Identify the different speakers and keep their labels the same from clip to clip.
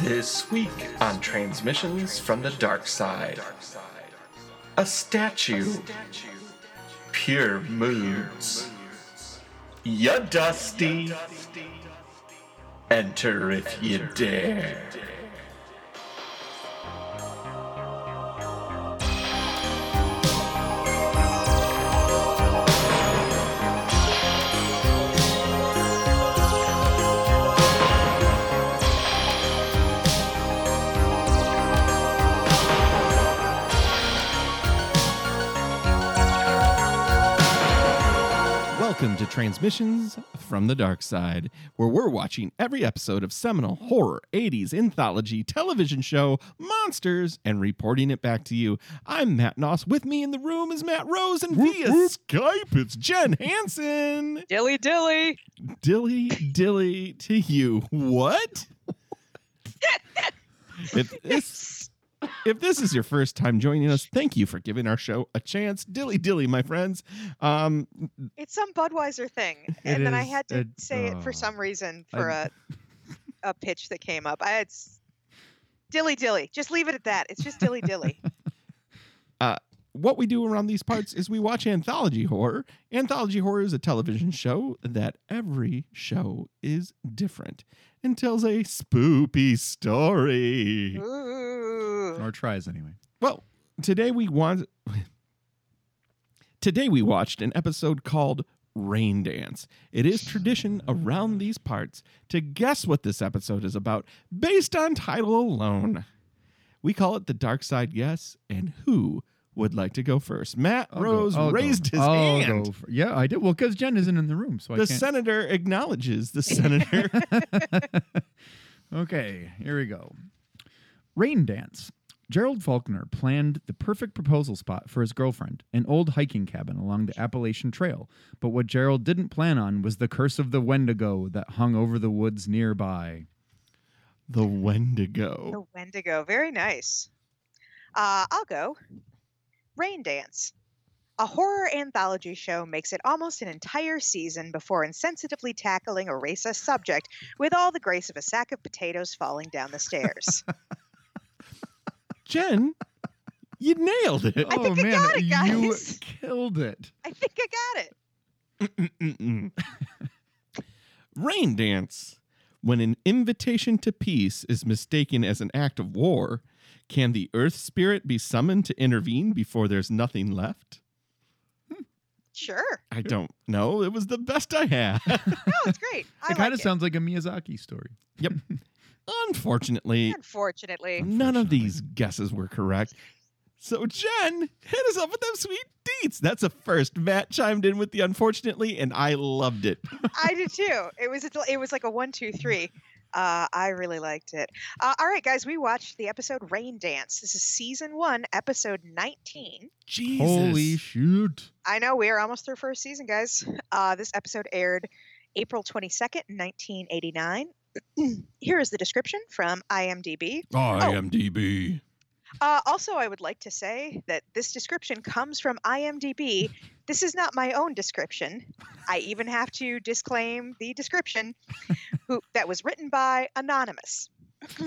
Speaker 1: This week on Transmissions from the Dark Side, a statue, pure moods, ya dusty, enter if you dare.
Speaker 2: Welcome to Transmissions from the Dark Side, where we're watching every episode of seminal horror, 80s, anthology, television show, monsters, and reporting it back to you. I'm Matt Noss. With me in the room is Matt Rose, and via Skype, it's Jen Hansen.
Speaker 3: Dilly dilly.
Speaker 2: Dilly dilly to you. What? if, this, if this is your first time joining us, thank you for giving our show a chance. Dilly dilly, my friends. Um,
Speaker 3: It's some Budweiser thing. And then I
Speaker 2: is
Speaker 3: had to
Speaker 2: a-
Speaker 3: say it
Speaker 2: oh.
Speaker 3: for some reason for
Speaker 2: I-
Speaker 3: a a pitch that came up. I had s- dilly dilly. Just leave it at that. It's just dilly dilly.
Speaker 2: what we do around these parts is we watch anthology horror. Anthology horror is a television show that every show is different and tells a spoopy story.
Speaker 3: Ooh.
Speaker 4: or tries anyway.
Speaker 2: Well, today we want today we watched an episode called Rain Dance. It is tradition around these parts to guess what this episode is about based on title alone. We call it the dark side guess, and who would like to go first? Matt
Speaker 4: I'll go-
Speaker 2: Rose
Speaker 4: I'll go.
Speaker 2: raised his
Speaker 4: I'll
Speaker 2: hand.
Speaker 4: go fir- yeah, I did. Well, because Jen isn't in the room, so
Speaker 2: the
Speaker 4: I can't.
Speaker 2: senator acknowledges the senator.
Speaker 4: okay, here we go. Rain dance. Gerald Faulkner planned the perfect proposal spot for his girlfriend, an old hiking cabin along the Appalachian Trail. But what Gerald didn't plan on was the curse of the Wendigo that hung over the woods nearby.
Speaker 2: the
Speaker 3: The
Speaker 2: Wendigo.
Speaker 3: Wendigo. Very nice. Uh, I'll go. Rain Dance. A horror anthology show makes it almost an entire season before insensitively tackling a racist subject with all the grace of a sack of potatoes falling down the stairs.
Speaker 2: Jen, you nailed it.
Speaker 3: I think
Speaker 4: oh
Speaker 3: I
Speaker 4: man,
Speaker 3: got it,
Speaker 4: you
Speaker 3: guys.
Speaker 4: killed it.
Speaker 3: I think I got it.
Speaker 2: Mm-mm-mm. Rain dance. When an invitation to peace is mistaken as an act of war, can the earth spirit be summoned to intervene before there's nothing left?
Speaker 3: Sure.
Speaker 2: I don't know. It was the best I had.
Speaker 3: No, it's great. I
Speaker 4: it kind
Speaker 3: like
Speaker 4: of
Speaker 3: it.
Speaker 4: sounds like a Miyazaki story.
Speaker 2: Unfortunately,
Speaker 3: Unfortunately,
Speaker 2: none of
Speaker 4: Unfortunately.
Speaker 2: these guesses were correct. So Jen hit us up with them sweet deets. That's a first. Matt chimed in with the unfortunately, and I loved it.
Speaker 3: I did too. It was a, del- it was like a one, two, three. Uh, I really liked it. Uh, all right, guys, we watched the episode Rain Dance. This is season one, episode nineteen.
Speaker 2: Jesus.
Speaker 4: Holy shoot!
Speaker 3: I know we are almost through first season, guys. Uh, this episode aired April twenty second, nineteen eighty nine. Here is the description from IMDb.
Speaker 2: IMDb.
Speaker 3: Oh. Uh, also, I would like to say that this description comes from IMDb. This is not my own description. I even have to disclaim the description who, that was written by Anonymous.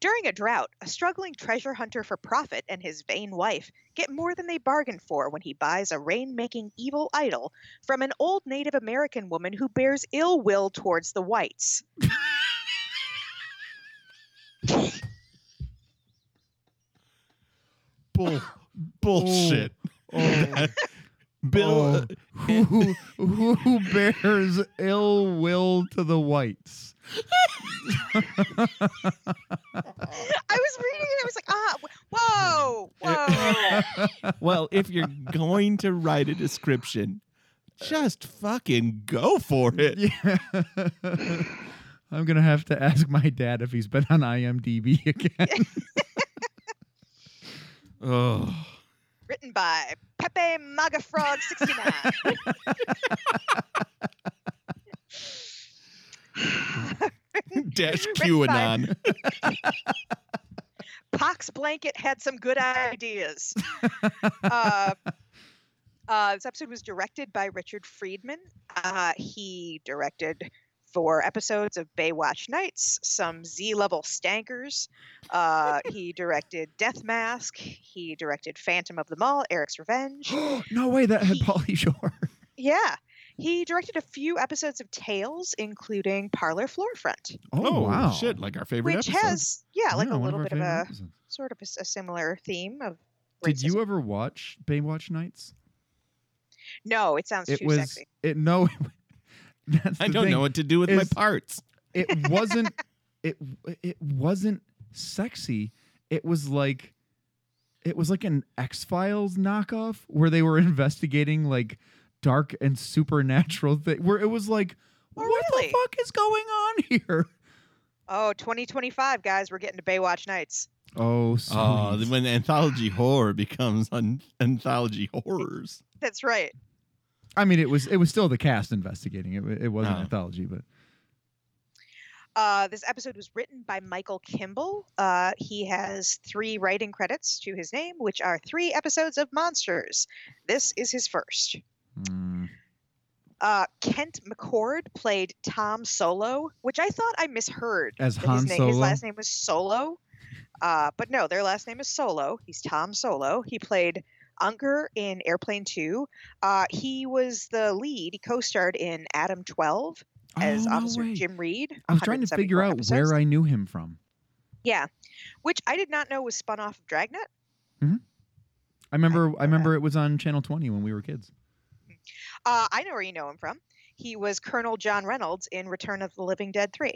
Speaker 3: During a drought, a struggling treasure hunter for profit and his vain wife get more than they bargained for when he buys a rain making evil idol from an old Native American woman who bears ill will towards the whites.
Speaker 2: Bull, bullshit.
Speaker 4: Oh.
Speaker 2: Bill,
Speaker 4: Oh,
Speaker 2: uh,
Speaker 4: who who bears ill will to the whites?
Speaker 3: I was reading it, I was like, ah, wh- whoa, whoa.
Speaker 2: well, if you're going to write a description, just fucking go for it.
Speaker 4: Yeah. I'm gonna have to ask my dad if he's been on IMDb again.
Speaker 2: Oh.
Speaker 3: written by Pepe Magafrog 69.
Speaker 2: Dash
Speaker 3: Written by-
Speaker 2: QAnon.
Speaker 3: Pox Blanket had some good ideas. uh, uh, this episode was directed by Richard Friedman. Uh, he directed for episodes of Baywatch Nights, some Z level stankers. Uh, he directed Death Mask. He directed Phantom of the Mall, Eric's Revenge.
Speaker 4: no way, that had
Speaker 3: He-
Speaker 4: Polly Shore.
Speaker 3: Yeah. He directed a few episodes of Tales, including Parlor Floorfront,
Speaker 4: Oh, wow.
Speaker 2: shit! Like our favorite
Speaker 3: which
Speaker 2: episode.
Speaker 3: has, yeah, like a
Speaker 4: one
Speaker 3: little
Speaker 4: our
Speaker 3: bit of
Speaker 4: favorite
Speaker 3: a
Speaker 4: episodes.
Speaker 3: sort of a, s- a similar theme of.
Speaker 4: Did
Speaker 3: racism.
Speaker 4: you ever watch Baywatch Nights?
Speaker 3: No, it sounds
Speaker 4: It
Speaker 3: too
Speaker 4: was
Speaker 3: sexy.
Speaker 4: it no. that's
Speaker 2: I
Speaker 4: the
Speaker 2: don't
Speaker 4: thing.
Speaker 2: know what to do with my
Speaker 4: is-
Speaker 2: parts.
Speaker 4: it wasn't it it wasn't sexy it was like it was like an x-files knockoff where they were investigating like dark and supernatural thing where it was like
Speaker 3: Oh,
Speaker 4: what
Speaker 3: really?
Speaker 4: the fuck is going on here
Speaker 3: Oh, 2025, guys, we're getting to Baywatch Nights.
Speaker 4: oh sweet.
Speaker 2: Oh, when anthology horror becomes an- anthology horrors.
Speaker 3: That's right.
Speaker 4: i mean it was it was still the cast investigating it wa- it wasn't
Speaker 2: Oh.
Speaker 4: anthology but
Speaker 3: Uh, this episode was written by Michael Kimball. Uh, he has three writing credits to his name, which are three episodes of Monsters. This is his first.
Speaker 4: mm,
Speaker 3: Uh, Kent McCord played Tom Solo, which I thought I misheard.
Speaker 4: as
Speaker 3: that His,
Speaker 4: han
Speaker 3: na-
Speaker 4: solo
Speaker 3: his last name was Solo. Uh, but no, their last name is Solo. He's Tom Solo. He played Unker in Airplane 2. Uh, he was the lead. He co starred in Adam 12 as
Speaker 4: Oh, no
Speaker 3: Officer
Speaker 4: way.
Speaker 3: Jim Reed.
Speaker 4: i was trying to figure
Speaker 3: 174
Speaker 4: out
Speaker 3: episodes.
Speaker 4: where i knew him from
Speaker 3: Yeah, which I did not know was spun off of Dragnet.
Speaker 4: i remember
Speaker 3: didn't
Speaker 4: i
Speaker 3: know that.
Speaker 4: remember it was on channel 20 when we were kids
Speaker 3: Uh, I know where you know him from. He was Colonel John Reynolds in Return of the Living Dead 3.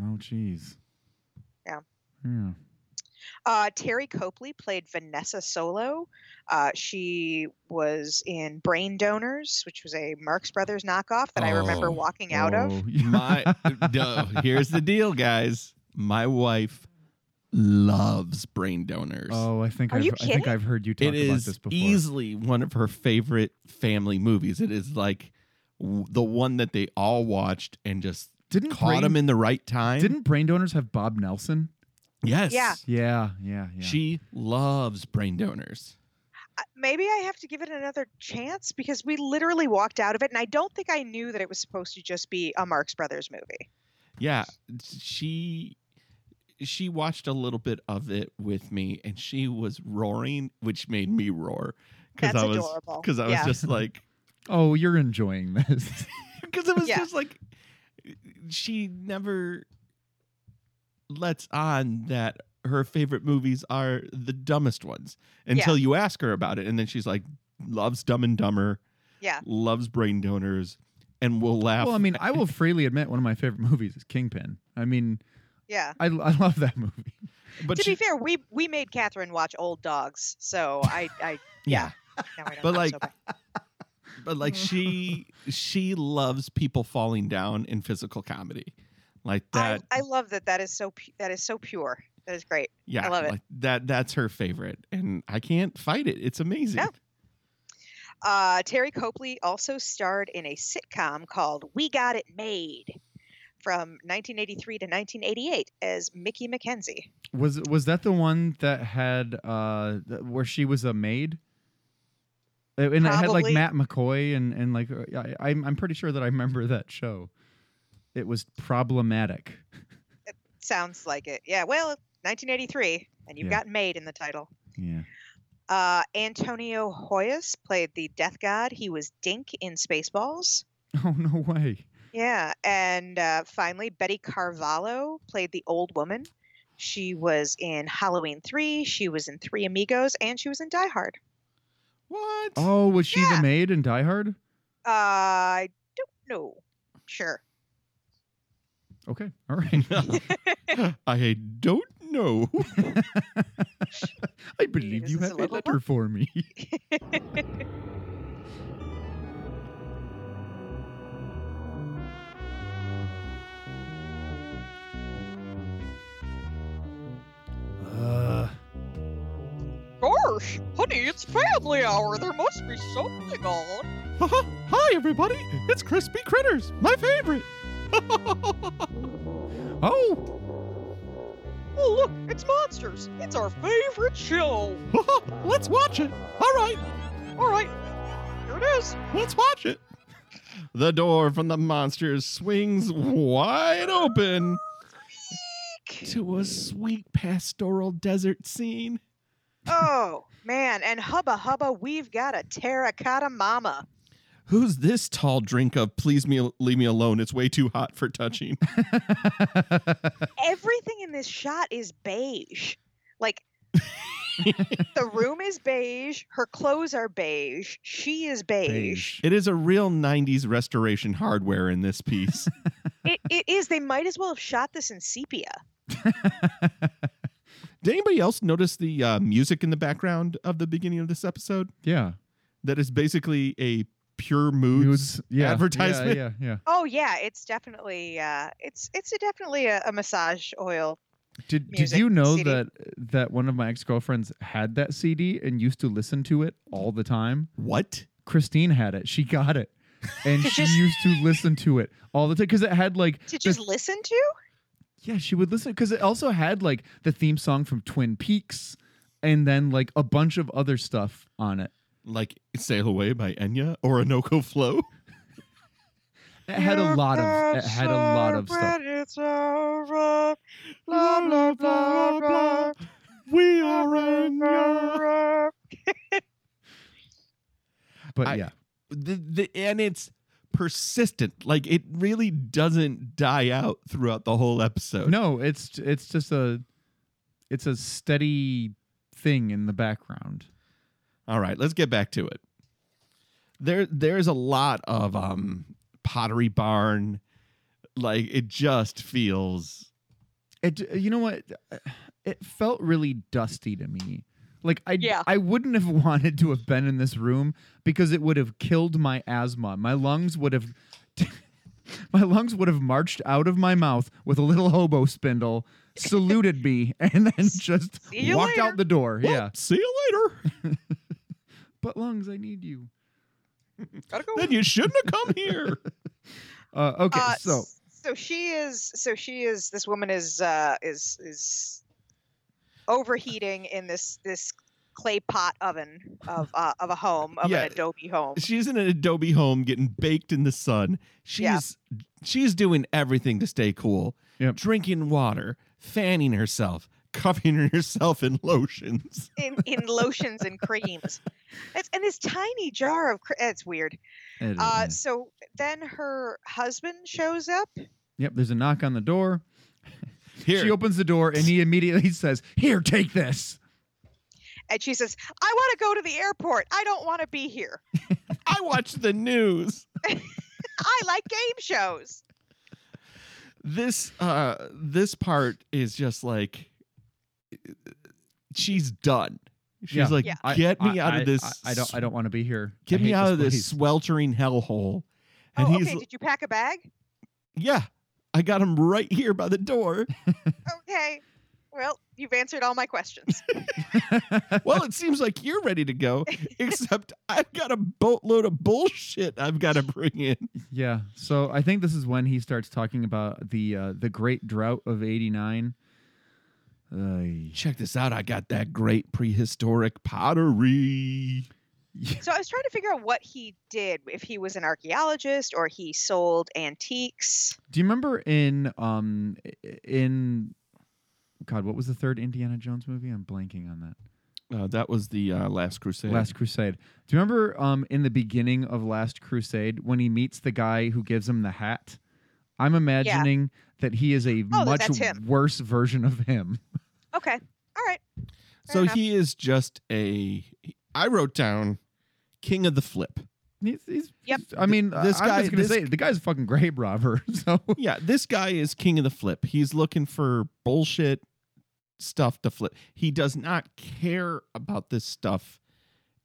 Speaker 4: Oh, jeez.
Speaker 3: Yeah.
Speaker 4: Yeah.
Speaker 3: Uh, Terry Copley played Vanessa Solo. Uh, she was in Brain Donors, which was a Marx Brothers knockoff that I remember
Speaker 2: Oh.
Speaker 3: walking out of.
Speaker 4: Oh, yeah.
Speaker 2: My no, here's the deal, guys. My wife loves brain donors.
Speaker 4: Oh, I think
Speaker 3: Are
Speaker 4: I've,
Speaker 3: you
Speaker 4: I think
Speaker 3: kidding?
Speaker 4: I've heard you talk
Speaker 2: it
Speaker 4: about
Speaker 2: is
Speaker 4: this before.
Speaker 2: easily one of her favorite family movies. It is like w- the one that they all watched and just
Speaker 4: Didn't
Speaker 2: caught
Speaker 4: brain,
Speaker 2: them in the right time.
Speaker 4: didn't brain donors have Bob Nelson?
Speaker 2: yes.
Speaker 3: Yeah.
Speaker 4: Yeah, yeah, yeah.
Speaker 2: She loves brain donors.
Speaker 3: Uh, Maybe I have to give it another chance because we literally walked out of it, and I don't think I knew that it was supposed to just be a Marx Brothers movie.
Speaker 2: Yeah, she she watched a little bit of it with me, and she was roaring, which made me roar because
Speaker 3: That's
Speaker 2: I was
Speaker 3: adorable.
Speaker 2: because I was
Speaker 3: Yeah.
Speaker 2: just like
Speaker 4: oh, you're enjoying this.
Speaker 2: because it was
Speaker 3: Yeah.
Speaker 2: just like she never lets on that her favorite movies are the dumbest ones until you ask her about it, and then she's like loves Dumb and Dumber,
Speaker 3: Yeah.
Speaker 2: loves Brain Donors, and will laugh.
Speaker 4: well, I mean, I will freely admit one of my favorite movies is Kingpin. I mean,
Speaker 3: Yeah.
Speaker 4: I, I love that movie.
Speaker 2: but
Speaker 3: to
Speaker 2: she,
Speaker 3: be fair, we we made Catherine watch Old Dogs, so I I
Speaker 2: yeah.
Speaker 3: now I don't
Speaker 2: But
Speaker 3: feel
Speaker 2: like-
Speaker 3: so bad.
Speaker 2: but like she she loves people falling down in physical comedy like that
Speaker 3: I, I love that. That is so pu- that is so pure. That is great.
Speaker 2: yeah
Speaker 3: I love it.
Speaker 2: like that that's her favorite and i can't fight it it's amazing
Speaker 3: No. Uh, Terry Copley also starred in a sitcom called We Got It Made from 1983 to 1988 as Mickey McKenzie.
Speaker 4: Was was that the one that had uh th- where she was a maid? And it had like
Speaker 3: Probably.
Speaker 4: Matt McCoy and and like uh, I, I'm I'm pretty sure that I remember that show. It was problematic.
Speaker 3: Sounds like it. Yeah, well, 1983, and you've
Speaker 4: Yeah.
Speaker 3: got Made in the title.
Speaker 4: Yeah.
Speaker 3: Uh, Antonio Hoyas played the death god. He was Dink in Spaceballs.
Speaker 4: Oh no way.
Speaker 3: Yeah, and uh, finally, Betty Carvalho played the old woman. She was in Halloween 3, she was in Three Amigos, and she was in Die Hard.
Speaker 2: what
Speaker 4: Oh, was she
Speaker 3: Yeah.
Speaker 4: the maid in Die Hard?
Speaker 3: Uh, I don't know. Sure.
Speaker 4: Okay. All right.
Speaker 2: i don't know
Speaker 4: I believe you
Speaker 3: this
Speaker 4: have
Speaker 3: a
Speaker 4: a
Speaker 3: level
Speaker 4: letter for me. uh,
Speaker 3: Gosh, honey, it's family hour. There must be something on.
Speaker 2: hi everybody it's crispy critters my favorite
Speaker 4: oh,
Speaker 3: Oh, look, it's Monsters. It's our favorite show.
Speaker 2: let's watch it all right
Speaker 3: All right, here it is.
Speaker 2: let's watch it The door from the monsters swings wide open to a sweet pastoral desert scene.
Speaker 3: Oh, man. And hubba hubba, we've got a terracotta mama.
Speaker 2: Who's this tall drink of please me leave me alone? It's way too hot for touching.
Speaker 3: Everything in this shot is beige. Like, the room is beige. Her clothes are beige. She is beige.
Speaker 2: It is a real 90s restoration hardware in this piece.
Speaker 3: It, it is. They might as well have shot this in sepia.
Speaker 2: Did anybody else notice the uh, music in the background of the beginning of this episode?
Speaker 4: yeah.
Speaker 2: That is basically a pure moods,
Speaker 4: yeah,
Speaker 2: advertisement.
Speaker 4: Yeah, yeah, yeah.
Speaker 3: Oh yeah, it's definitely uh, it's it's a definitely a, a massage oil.
Speaker 4: Did did
Speaker 3: Music
Speaker 4: you know
Speaker 3: CD.
Speaker 4: that that one of my ex-girlfriends had that CD and used to listen to it all the time?
Speaker 2: What?
Speaker 4: Christine had it. She got it. And
Speaker 3: To
Speaker 4: she
Speaker 3: just-
Speaker 4: used to listen to it all the time because it had like
Speaker 3: to
Speaker 4: the-
Speaker 3: just listen to.
Speaker 4: yeah she would listen because it also had like the theme song from Twin Peaks and then like a bunch of other stuff on it.
Speaker 2: Like Sail Away by Enya or Anoko Flow?
Speaker 4: It had a lot of it had a lot of stuff.
Speaker 3: Blah, blah, blah, blah.
Speaker 2: We are Enya.
Speaker 4: But
Speaker 2: I-
Speaker 4: yeah,
Speaker 2: The, the, and it's persistent. Like it really doesn't die out throughout the whole episode.
Speaker 4: no, it's it's just a it's a steady thing in the background.
Speaker 2: All right, let's get back to it. There, there's a lot of um, Pottery Barn. Like it just feels
Speaker 4: It uh, you know what? It felt really dusty to me. Like I
Speaker 3: Yeah.
Speaker 4: I wouldn't have wanted to have been in this room because it would have killed my asthma. My lungs would have my lungs would have marched out of my mouth with a little hobo spindle, saluted me, and then just
Speaker 3: See you
Speaker 4: walked
Speaker 3: later.
Speaker 4: out the door.
Speaker 2: Well,
Speaker 4: Yeah.
Speaker 2: See you later.
Speaker 4: But lungs, I need you.
Speaker 3: Gotta go.
Speaker 2: then you shouldn't have come here.
Speaker 4: Uh, okay,
Speaker 3: Uh,
Speaker 4: so
Speaker 3: s- so she is so she is this woman is uh is is overheating in this this clay pot oven of uh, of a home of
Speaker 2: Yeah.
Speaker 3: an adobe home.
Speaker 2: She's in an adobe home getting baked in the sun. She's
Speaker 3: Yeah.
Speaker 2: she's doing everything to stay cool.
Speaker 4: Yep.
Speaker 2: Drinking water, fanning herself, covering herself in lotions.
Speaker 3: In, in lotions and creams, it's, and this tiny jar of cr- it's weird.
Speaker 4: it is-
Speaker 2: Mm-hmm.
Speaker 3: Uh, so then her husband shows up.
Speaker 4: yep, there's a knock on the door.
Speaker 2: Here,
Speaker 4: She opens the door and he immediately says, "Here, take this."
Speaker 3: And she says, I want to go to the airport. I don't want to be here.
Speaker 2: I watch the news.
Speaker 3: I like game shows.
Speaker 2: This uh this part is just like she's done. She's
Speaker 4: Yeah.
Speaker 2: like,
Speaker 3: Yeah.
Speaker 4: I-
Speaker 2: get me
Speaker 4: I-
Speaker 2: out
Speaker 4: I-
Speaker 2: of this.
Speaker 4: I, I don't. I don't want to be here.
Speaker 2: Get
Speaker 4: I
Speaker 2: me
Speaker 4: hate
Speaker 2: out of this
Speaker 4: place.
Speaker 2: sweltering hellhole. And
Speaker 3: oh,
Speaker 2: he's
Speaker 3: okay. Did you pack a bag?
Speaker 2: yeah, I got him right here by the door.
Speaker 3: Okay. Well, you've answered all my questions.
Speaker 2: well, it seems like you're ready to go, except I've got a boatload of bullshit I've got to bring in.
Speaker 4: Yeah. So I think this is when he starts talking about the uh, the great drought of '89.
Speaker 2: Check this out. I got that great prehistoric pottery.
Speaker 3: so I was trying to figure out what he did, if he was an archaeologist or he sold antiques.
Speaker 4: Do you remember in um in God, what was the third Indiana Jones movie? I'm blanking on that.
Speaker 2: Uh, that was the uh, Last Crusade.
Speaker 4: Last Crusade. Do you remember um, in the beginning of Last Crusade when he meets the guy who gives him the hat? I'm imagining that he is a
Speaker 3: Oh,
Speaker 4: much
Speaker 3: that's him.
Speaker 4: worse version of him.
Speaker 3: Okay. All right. Fair
Speaker 2: so
Speaker 3: enough.
Speaker 2: he is just a. I wrote down King of the Flip.
Speaker 4: He's, he's,
Speaker 3: Yep.
Speaker 4: I mean,
Speaker 2: This
Speaker 4: this guy,
Speaker 2: guy-
Speaker 4: I'm just gonna
Speaker 2: this-
Speaker 4: say the guy's a fucking grave robber. So
Speaker 2: Yeah, this guy is King of the Flip. He's looking for bullshit stuff to flip. He does not care about this stuff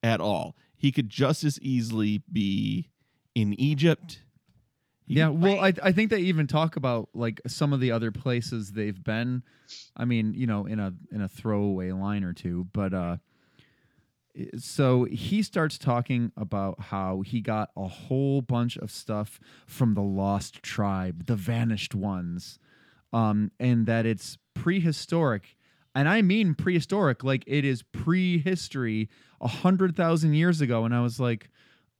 Speaker 2: at all. He could just as easily be in Egypt. He
Speaker 4: yeah,
Speaker 2: could-
Speaker 4: well, I I think they even talk about like some of the other places they've been. I mean, you know, in a in a throwaway line or two, but uh, i- so he starts talking about how he got a whole bunch of stuff from the lost tribe, the vanished ones, um, and that it's prehistoric. And I mean prehistoric, like it is prehistory, a hundred thousand years ago. And I was like,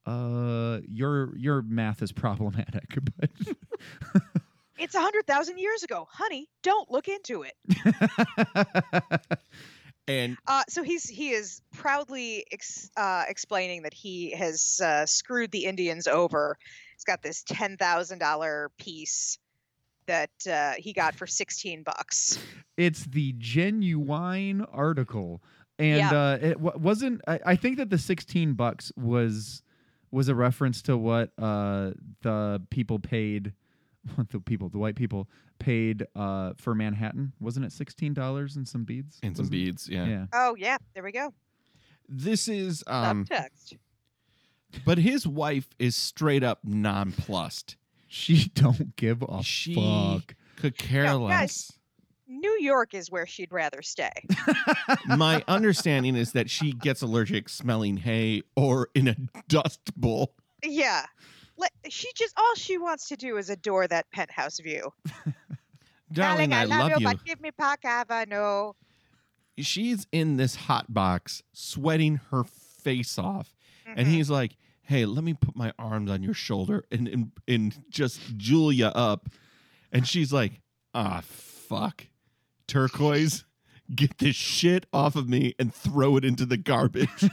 Speaker 4: uh, your your math is problematic, but
Speaker 3: It's a hundred thousand years ago, honey. Don't look into it.
Speaker 2: And
Speaker 3: Uh, so he's he is proudly ex- uh, explaining that he has uh, screwed the Indians over. He's got this ten thousand dollar piece that uh, he got for sixteen bucks.
Speaker 4: it's the genuine article, and
Speaker 3: Yeah.
Speaker 4: uh, it w- wasn't. I, I think that the sixteen bucks was was a reference to what uh, the people paid, what the people, the white people paid uh, for Manhattan. Wasn't it sixteen dollars and some beads?
Speaker 2: and some
Speaker 4: Wasn't-
Speaker 2: beads, yeah.
Speaker 4: Yeah.
Speaker 3: Oh yeah, there we go.
Speaker 2: This is um
Speaker 3: Subtext.
Speaker 2: but his wife is straight up nonplussed.
Speaker 4: She don't give a
Speaker 2: She-
Speaker 4: fuck.
Speaker 2: Could care
Speaker 3: Yeah,
Speaker 2: less.
Speaker 3: guys. New York is where she'd rather stay.
Speaker 2: My understanding is that she gets allergic smelling hay or in a dust bowl.
Speaker 3: yeah, Let, she just all she wants to do is adore that penthouse view.
Speaker 2: Darling, I, love, you.
Speaker 3: but give me Pacava, no.
Speaker 2: She's in this hot box sweating her face off. And
Speaker 3: Mhm.
Speaker 2: he's like, Hey, let me put my arms on your shoulder and and, and just Julia up. And she's like, Ah fuck. Turquoise, get this shit off of me and throw it into the garbage.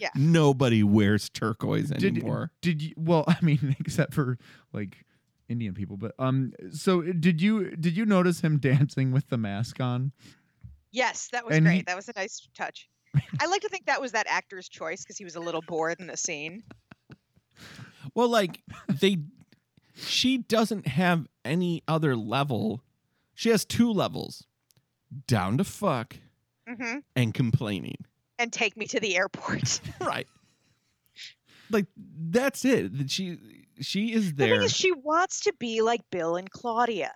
Speaker 3: Yeah.
Speaker 2: Nobody wears turquoise
Speaker 4: Did-
Speaker 2: anymore.
Speaker 4: Did you? Well, I mean, except for like Indian people, but um. So did you? Did you notice him dancing with the mask on?
Speaker 3: Yes, that was
Speaker 4: And
Speaker 3: great.
Speaker 4: he-
Speaker 3: That was a nice touch. I like to think that was that actor's choice because he was a little bored in the scene.
Speaker 2: Well, like they, she doesn't have any other level. She has two levels: down to fuck
Speaker 3: hmm
Speaker 2: and complaining.
Speaker 3: And take me to the airport.
Speaker 2: Right. Like that's it. That She she is
Speaker 3: The
Speaker 2: there.
Speaker 3: thing is, she wants to be like Bill and Claudia.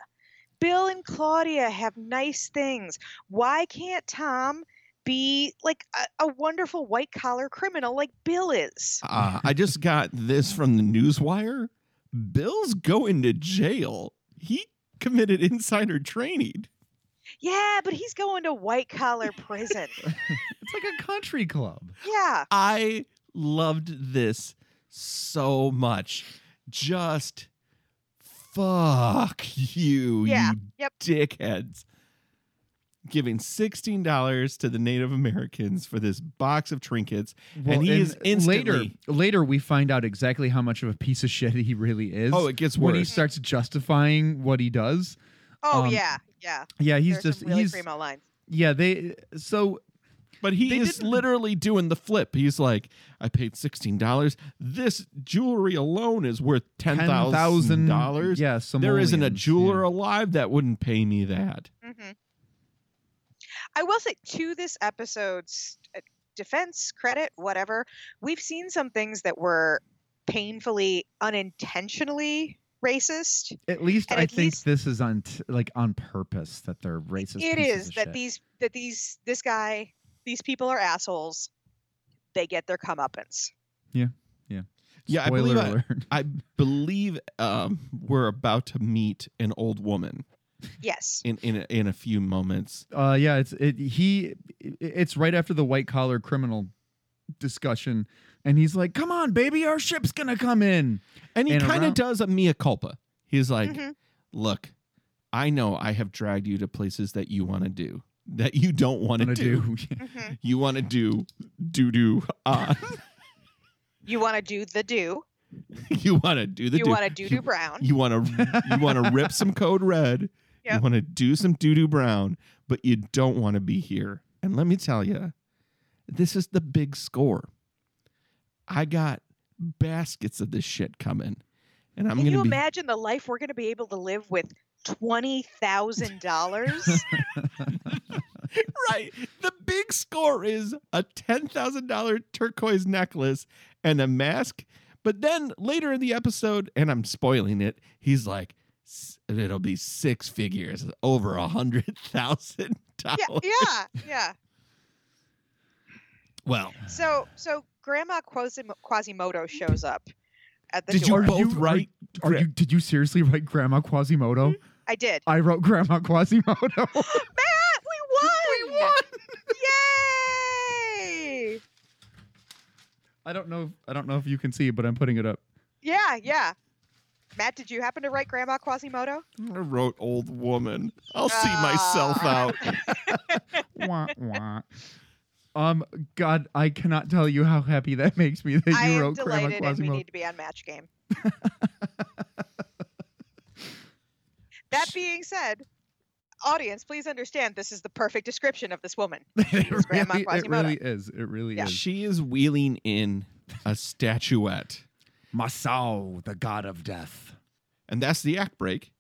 Speaker 3: Bill and Claudia have nice things. Why can't Tom be like a, a wonderful white collar criminal like Bill is?
Speaker 2: Uh, I just got this from the newswire. Bill's going to jail. He committed insider training.
Speaker 3: Yeah, but he's going to white collar prison.
Speaker 4: It's like a country club.
Speaker 3: yeah.
Speaker 2: I loved this so much. Just fuck you,
Speaker 3: Yeah,
Speaker 2: you
Speaker 3: yep.
Speaker 2: dickheads. Giving $16 to the Native Americans for this box of trinkets. And he is
Speaker 4: later.
Speaker 2: instantly-
Speaker 4: Later, we find out exactly how much of a piece of shit he really is.
Speaker 2: Oh, it gets
Speaker 4: when he
Speaker 2: worse.
Speaker 4: starts justifying what he does.
Speaker 3: Oh,
Speaker 4: Um,
Speaker 3: yeah. Yeah.
Speaker 4: Yeah,
Speaker 3: There's
Speaker 4: he's just
Speaker 3: some really
Speaker 4: he's
Speaker 3: primo lines.
Speaker 4: yeah. They so
Speaker 2: But he
Speaker 4: They
Speaker 2: is
Speaker 4: didn't-
Speaker 2: literally doing the flip. He's like, I paid $16. This jewelry alone is worth
Speaker 4: ten
Speaker 2: $10,000.
Speaker 4: thousand Yeah,
Speaker 2: there isn't a
Speaker 4: Somalians,
Speaker 2: jeweler
Speaker 4: yeah.
Speaker 2: alive that wouldn't pay me that.
Speaker 3: hmm I will say to this episode's uh, defense credit, whatever, we've seen some things that were painfully unintentionally racist.
Speaker 4: At least
Speaker 3: And
Speaker 4: I
Speaker 3: at
Speaker 4: think
Speaker 3: least-
Speaker 4: this is on t- like on purpose that they're racist.
Speaker 3: it
Speaker 4: pieces
Speaker 3: is
Speaker 4: of
Speaker 3: that
Speaker 4: shit.
Speaker 3: these that these this guy these people are assholes. They get their comeuppance.
Speaker 2: Yeah, I
Speaker 4: Spoiler
Speaker 2: believe I-
Speaker 4: alert.
Speaker 2: I believe um, we're about to meet an old woman
Speaker 3: Yes.
Speaker 2: in in a, in a few moments.
Speaker 4: Uh, yeah, it's it, he. it- It's right after the white collar criminal discussion, and he's like, "Come on, baby, our ship's gonna come in."
Speaker 2: And he
Speaker 4: And
Speaker 2: kind of
Speaker 4: around-
Speaker 2: does a mea culpa. He's like,
Speaker 3: Mhm.
Speaker 2: "Look, I know I have dragged you to places that you want to do that you don't want to
Speaker 4: Gonna
Speaker 2: do.
Speaker 4: do.
Speaker 3: Mhm.
Speaker 2: You want to do uh, doo doo on.
Speaker 3: You want to do the do.
Speaker 2: you want to do the
Speaker 3: you
Speaker 2: do.
Speaker 3: want to do do brown.
Speaker 2: You want to you want to rip some code red. You
Speaker 3: Yep.
Speaker 2: want to do some doo doo brown, but you don't want to be here. And let me tell you, this is the big score. I got baskets of this shit coming, and I'm
Speaker 3: Can
Speaker 2: gonna
Speaker 3: you
Speaker 2: be
Speaker 3: imagine the life we're going to be able to live with twenty thousand dollars?
Speaker 2: right. The big score is a ten thousand dollar turquoise necklace and a mask. But then later in the episode, and I'm spoiling it, he's like, "S- "It'll be six figures, over a hundred thousand
Speaker 3: yeah,
Speaker 2: dollars."
Speaker 3: yeah, yeah.
Speaker 2: Well,
Speaker 3: So, so Grandma Quasim- Quasimodo shows up at the
Speaker 2: did you
Speaker 3: door.
Speaker 2: both
Speaker 4: you- are-
Speaker 2: write?
Speaker 4: Are you? Did you seriously write Grandma Quasimodo?
Speaker 3: I did.
Speaker 4: I wrote Grandma Quasimodo.
Speaker 3: Matt, we won!
Speaker 4: We won!
Speaker 3: Yay!
Speaker 4: I don't know. I don't know if you can see, but I'm putting it up.
Speaker 3: Yeah, yeah. Matt, did you happen to write Grandma Quasimodo?
Speaker 2: I wrote old woman. I'll see
Speaker 3: Ah. Uh,
Speaker 2: myself out.
Speaker 4: Wah, wah. Um, God, I cannot tell you how happy that makes me that
Speaker 3: I
Speaker 4: you
Speaker 3: am
Speaker 4: wrote Grandma
Speaker 3: delighted, and we
Speaker 4: Quasimodo.
Speaker 3: need to be on Match Game. that being said, audience, please understand this is the perfect description of this woman.
Speaker 4: it,
Speaker 3: Grandma
Speaker 4: really, it
Speaker 3: Quasimodo.
Speaker 4: really is. It really
Speaker 3: Yeah.
Speaker 4: is.
Speaker 2: She is wheeling in a statuette,
Speaker 4: Masao, the god of death.
Speaker 2: and that's the act break.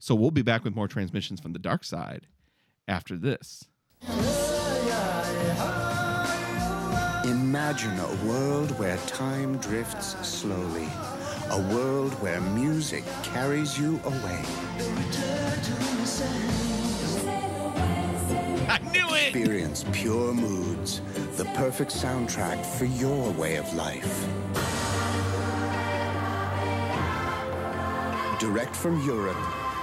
Speaker 2: So we'll be back with more transmissions from the dark side after this.
Speaker 5: Imagine a world where time drifts slowly, a world where music carries you away.
Speaker 2: I knew it.
Speaker 5: Experience pure moods, the perfect soundtrack for your way of life. Direct from Europe,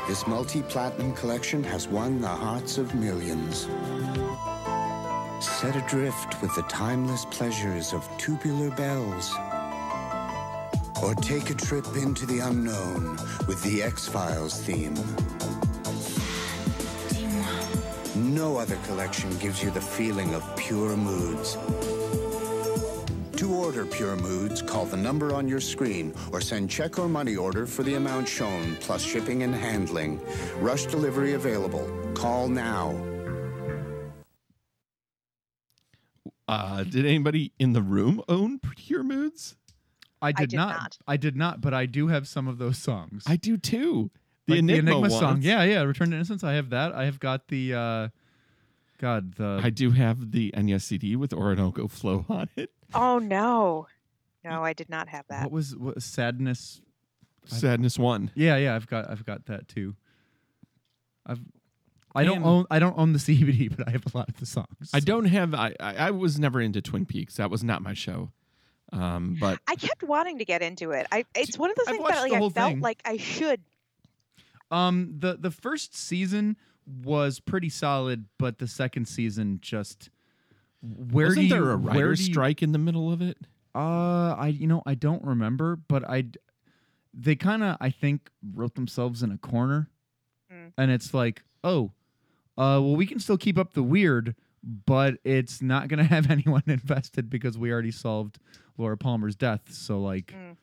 Speaker 5: this multi platinum collection has won the hearts of millions. Set adrift with the timeless pleasures of tubular bells. Or take a trip into the unknown with the X Files theme. No other collection gives you the feeling of pure moods. To order Pure Moods, call the number on your screen or send check or money order for the amount shown, plus shipping and handling. Rush delivery available. Call now.
Speaker 2: Uh, did anybody in the room own Pure Moods?
Speaker 4: I did,
Speaker 3: did
Speaker 4: not,
Speaker 3: not.
Speaker 4: I did not, but I do have some of those songs.
Speaker 2: I do too. The
Speaker 4: Like
Speaker 2: Enigma,
Speaker 4: song.
Speaker 2: ones.
Speaker 4: Yeah, yeah. Return to Innocence. I have that. I have got the. uh God, the
Speaker 2: I do have the E Enya CD with Orinoco Flow on it.
Speaker 3: Oh no. No, I did not have that.
Speaker 4: what was what, sadness?
Speaker 2: Sadness One.
Speaker 4: Yeah, yeah. I've got I've got that too. I've. I don't
Speaker 2: Man.
Speaker 4: own I don't own the CBD, but I have a lot of the songs.
Speaker 2: I don't have. I, I I was never into Twin Peaks. That was not my show. Um, but
Speaker 3: I kept wanting to get into it. I it's one of those
Speaker 4: I've
Speaker 3: things
Speaker 4: watched
Speaker 3: that like
Speaker 4: the
Speaker 3: I
Speaker 4: whole
Speaker 3: felt
Speaker 4: thing.
Speaker 3: like I should.
Speaker 4: Um, the the first season was pretty solid, but the second season just where
Speaker 2: wasn't
Speaker 4: do you,
Speaker 2: there a
Speaker 4: where
Speaker 2: writer's
Speaker 4: do you-
Speaker 2: strike in the middle of it?
Speaker 4: Uh, I you know I don't remember, but I they kind of I think wrote themselves in a corner,
Speaker 3: Mm.
Speaker 4: and it's like oh, uh, well we can still keep up the weird, but it's not gonna have anyone invested because we already solved Laura Palmer's death, so like.
Speaker 3: Mm.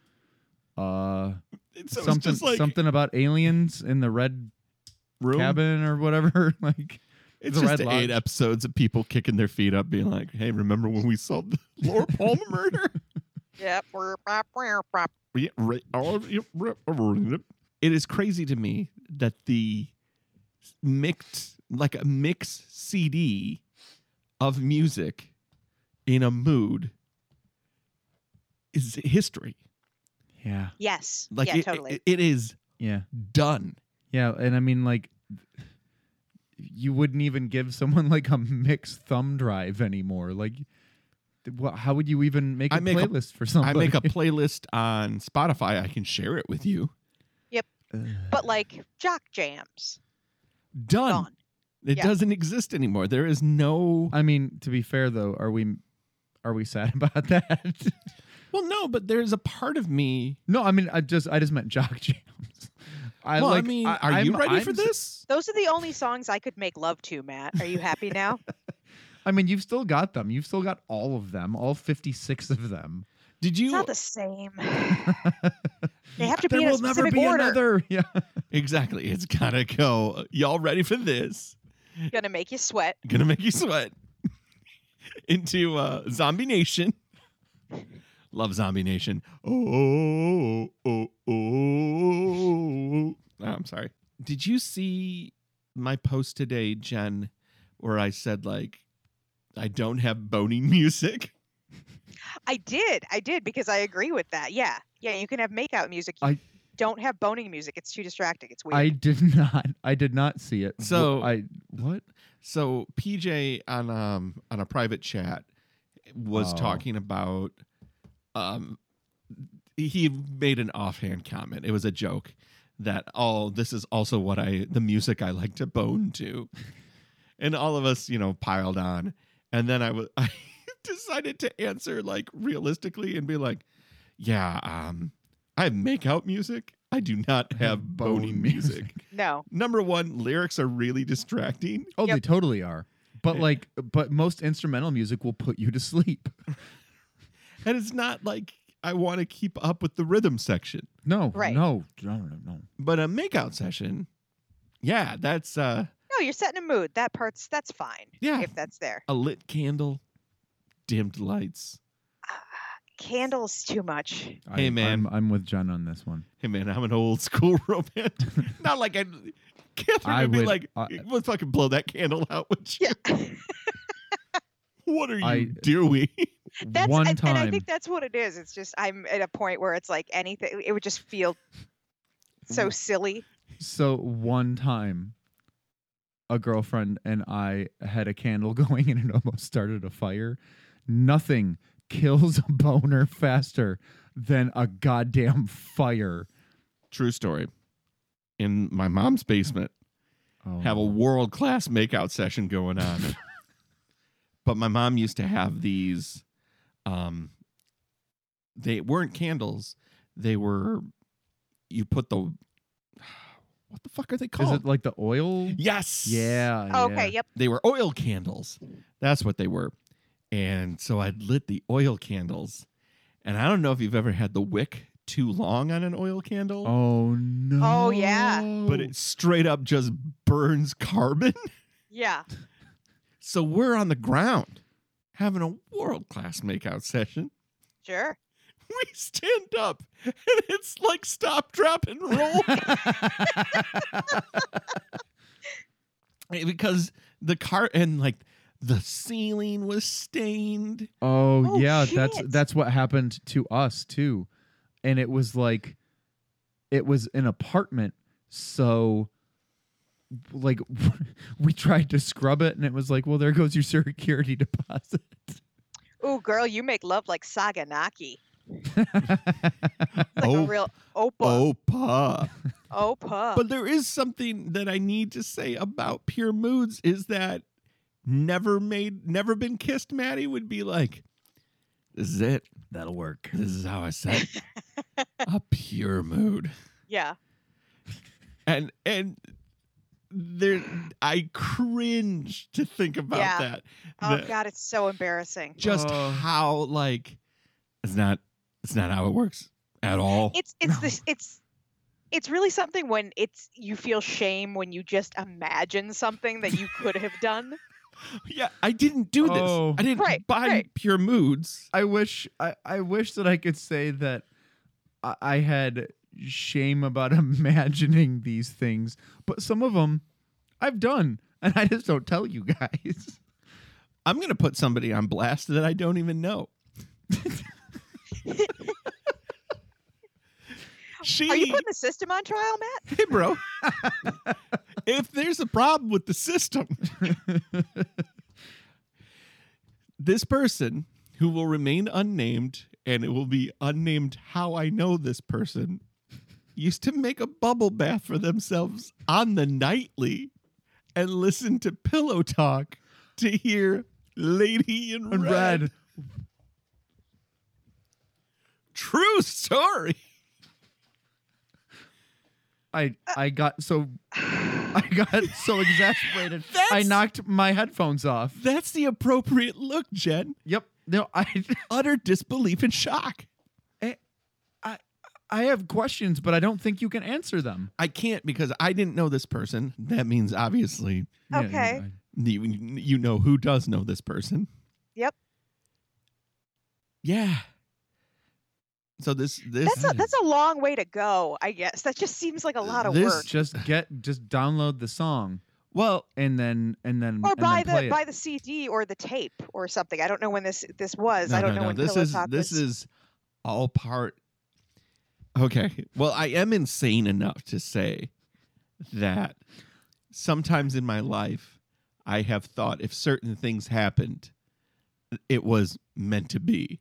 Speaker 4: Uh,
Speaker 2: It's, it's
Speaker 4: something
Speaker 2: just like
Speaker 4: something about aliens in the red
Speaker 2: room.
Speaker 4: cabin or whatever. Like,
Speaker 2: It's
Speaker 4: the
Speaker 2: just
Speaker 4: Red Lodge.
Speaker 2: eight episodes of people kicking their feet up, being like, "Hey, remember when we solved the Laura Palmer murder?"
Speaker 3: Yep.
Speaker 2: Yeah, right. Oh, yeah, right. It is crazy to me that the mixed, like a mix CD of music in a mood is history.
Speaker 4: yeah,
Speaker 3: Yes.
Speaker 2: Like
Speaker 3: yeah,
Speaker 2: it-
Speaker 3: totally.
Speaker 2: it- it is
Speaker 4: yeah,
Speaker 2: done.
Speaker 4: yeah. And I mean, like, you wouldn't even give someone like a mixed thumb drive anymore. Like, th- wha- how would you even make a
Speaker 2: I make a-
Speaker 4: playlist for
Speaker 2: I
Speaker 4: somebody?
Speaker 2: make a playlist on Spotify. I can share it with you.
Speaker 3: but like jock jams.
Speaker 2: Done.
Speaker 3: Gone.
Speaker 2: It
Speaker 3: Yeah.
Speaker 2: doesn't exist anymore. There is no.
Speaker 4: I mean, to be fair though, are we are we sad about that?
Speaker 2: Well, no, but there's a part of me.
Speaker 4: no, I mean, I just I just meant jock jams. I
Speaker 2: well,
Speaker 4: like,
Speaker 2: I mean,
Speaker 4: I-
Speaker 2: are you
Speaker 4: I'm-
Speaker 2: ready
Speaker 4: I'm
Speaker 2: for
Speaker 4: s-
Speaker 2: this?
Speaker 3: Those are the only songs I could make love to, Matt. Are you happy now?
Speaker 4: I mean, you've still got them. You've still got all of them, all fifty six of them.
Speaker 2: Did
Speaker 3: It's
Speaker 2: you
Speaker 3: not the same. They have to
Speaker 4: there
Speaker 3: be in a
Speaker 4: will never
Speaker 3: specific
Speaker 4: be
Speaker 3: order.
Speaker 4: another. Yeah.
Speaker 2: Exactly. It's gotta go. Y'all ready for this?
Speaker 3: Gonna make you sweat.
Speaker 2: Gonna make you sweat. Into uh, Zombie Nation. Love Zombie Nation. Oh, oh, oh, oh, oh. Oh, I'm sorry. Did you see my post today, Jen, where I said like I don't have boning music?
Speaker 3: I did. I did because I agree with that. Yeah. Yeah, you can have makeout music. You
Speaker 4: I-
Speaker 3: don't have boning music. It's too distracting. It's weird.
Speaker 4: I did not. I did not see it. Wh-
Speaker 2: So-
Speaker 4: I what?
Speaker 2: So PJ on um on a private chat was
Speaker 4: Oh.
Speaker 2: talking about um he made an offhand comment. It was a joke that oh this is also what I the music I like to bone to. And all of us, you know, piled on. And then I was I decided to answer like realistically and be like, yeah, um, I make out music. I do not have bony
Speaker 4: bone
Speaker 2: music.
Speaker 3: No.
Speaker 2: Number one, lyrics are really distracting.
Speaker 4: Oh, they
Speaker 3: Yep.
Speaker 4: totally are. But like, but most instrumental music will put you to sleep.
Speaker 2: And it's not like I want to keep up with the rhythm section.
Speaker 4: No,
Speaker 3: Right.
Speaker 4: no, no, no, no.
Speaker 2: But a makeout session, yeah, that's uh,
Speaker 3: No, you're setting a mood. That part's that's fine.
Speaker 2: Yeah.
Speaker 3: If that's there.
Speaker 2: a lit candle, dimmed lights.
Speaker 3: Candles too much.
Speaker 4: I-
Speaker 2: Hey, man.
Speaker 4: I'm, I'm with John on this one.
Speaker 2: Hey man, I'm an old school romantic. Not like I. Catherine
Speaker 4: I
Speaker 2: would uh, be
Speaker 4: would-
Speaker 2: like,
Speaker 4: I-
Speaker 2: "Let's fucking blow that candle out." With you.
Speaker 3: Yeah.
Speaker 2: What are you
Speaker 4: I-
Speaker 2: doing?
Speaker 3: That's
Speaker 4: one
Speaker 3: and,
Speaker 4: time.
Speaker 3: and I think that's what it is. It's just I'm at a point where it's like anything it would just feel so silly.
Speaker 4: So one time, a girlfriend and I had a candle going, and it almost started a fire. Nothing kills a boner faster than a goddamn fire.
Speaker 2: True story. In my mom's basement,
Speaker 4: Oh,
Speaker 2: have a world class makeout session going on. but my mom used to have these. Um, they weren't candles. They were. You put the. What the fuck are they
Speaker 4: Is
Speaker 2: called?
Speaker 4: it like the oil?
Speaker 2: yes.
Speaker 4: Yeah.
Speaker 3: Oh,
Speaker 4: yeah.
Speaker 3: okay, yep.
Speaker 2: They were oil candles. That's what they were. And so I'd lit the oil candles. And I don't know if you've ever had the wick too long on an oil candle,
Speaker 4: Oh no.
Speaker 3: Oh, yeah.
Speaker 2: but it straight up just burns carbon.
Speaker 3: Yeah.
Speaker 2: So we're on the ground having a world class makeout session.
Speaker 3: Sure.
Speaker 2: We stand up and it's like stop, drop, and roll because the car and like the ceiling was stained.
Speaker 4: Oh,
Speaker 3: Oh,
Speaker 4: yeah, that's
Speaker 3: shit.
Speaker 4: that's what happened to us too. And it was like it was an apartment, so like we tried to scrub it and it was like, well, there goes your security deposit.
Speaker 3: Ooh, girl, you make love like Saganaki. Like a
Speaker 2: Oh,
Speaker 3: real opa.
Speaker 2: Opa.
Speaker 3: Opa.
Speaker 2: But there is something that I need to say about pure moods is that never made, never been kissed. Maddie would be like, "This is it.
Speaker 4: That'll work.
Speaker 2: This is how I set a pure mood."
Speaker 3: yeah.
Speaker 2: And and there, I cringe to think about
Speaker 3: Yeah.
Speaker 2: that.
Speaker 3: Oh
Speaker 2: That-
Speaker 3: god, it's so embarrassing.
Speaker 2: Just
Speaker 4: Oh.
Speaker 2: how like it's not, it's not how it works at all.
Speaker 3: It's it's this it's it's really something when it's you feel shame when you just imagine something that you could have done.
Speaker 2: yeah, I didn't do this.
Speaker 4: Oh.
Speaker 2: I didn't
Speaker 3: Right,
Speaker 2: buy
Speaker 3: right.
Speaker 2: pure moods.
Speaker 4: I wish I, I wish that I could say that I, I had shame about imagining these things, but some of them I've done and I just don't tell you guys.
Speaker 2: I'm gonna put somebody on blast that I don't even know. she,
Speaker 3: Are you putting the system on trial, Matt?
Speaker 2: hey, bro. if there's a problem with the system, this person who will remain unnamed, and it will be unnamed how I know this person, used to make a bubble bath for themselves on the nightly and listen to pillow talk to hear Lady in
Speaker 4: And
Speaker 2: Red.
Speaker 4: Brad,
Speaker 2: True story.
Speaker 4: I
Speaker 3: Uh,
Speaker 4: I got so I got so exasperated. I
Speaker 2: That's-
Speaker 4: knocked my headphones off.
Speaker 2: That's the appropriate look, Jen.
Speaker 4: Yep. No, I
Speaker 2: Utter disbelief and shock.
Speaker 4: I have questions, but I don't think you can answer them.
Speaker 2: I can't because I didn't know this person. That means obviously
Speaker 4: Yeah, yeah,
Speaker 3: Okay.
Speaker 4: I-
Speaker 2: you, you know who does know this person.
Speaker 3: Yep.
Speaker 2: Yeah. So this this
Speaker 3: That's a, that's a long way to go, I guess. That just seems like a lot of
Speaker 2: This
Speaker 3: work.
Speaker 4: Just get just download the song
Speaker 2: well
Speaker 4: and then and then
Speaker 3: Or
Speaker 4: and
Speaker 3: buy
Speaker 4: then
Speaker 3: the
Speaker 4: play it.
Speaker 3: buy the CD or the tape or something. I don't know when this this was.
Speaker 2: no,
Speaker 3: I don't
Speaker 2: no,
Speaker 3: know
Speaker 2: no.
Speaker 3: when
Speaker 2: this
Speaker 3: Pillow
Speaker 2: is
Speaker 3: Talk
Speaker 2: this
Speaker 3: was.
Speaker 2: is all part Okay. Well, I am insane enough to say that sometimes in my life I have thought if certain things happened it was meant to be.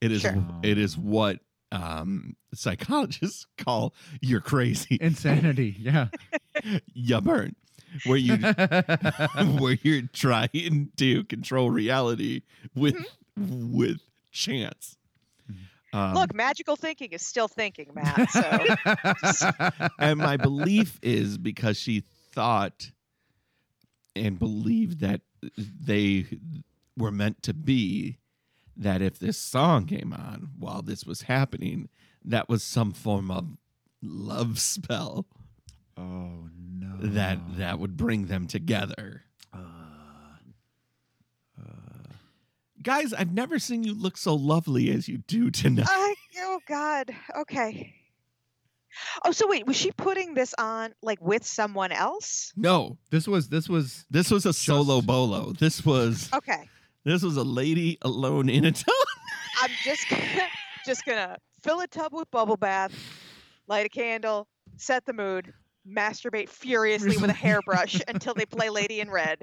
Speaker 2: It is
Speaker 4: Sure.
Speaker 2: it is what um psychologists call you're crazy.
Speaker 4: Insanity. Yeah.
Speaker 2: you burn. Where you where you're trying to control reality with with chance. Um,
Speaker 3: Mm-hmm. Look, magical thinking is still thinking, Matt. So
Speaker 2: and my belief is because she thought and believed that they were meant to be that if this song came on while this was happening that was some form of love spell
Speaker 4: oh no.
Speaker 2: that
Speaker 3: Ah.
Speaker 2: that would bring them together
Speaker 4: Uh,
Speaker 2: guys i've never seen you look so lovely as you do tonight
Speaker 3: I, oh God. Okay. Oh, so wait, was she putting this on like with someone else?
Speaker 2: no
Speaker 4: this was this was
Speaker 2: this was a solo
Speaker 4: Just-
Speaker 2: bolo this was
Speaker 3: Okay.
Speaker 2: this was a lady alone in a tub
Speaker 3: I'm just gonna, just gonna fill a tub with bubble bath, light a candle, set the mood, masturbate furiously with a hairbrush until they play Lady in Red.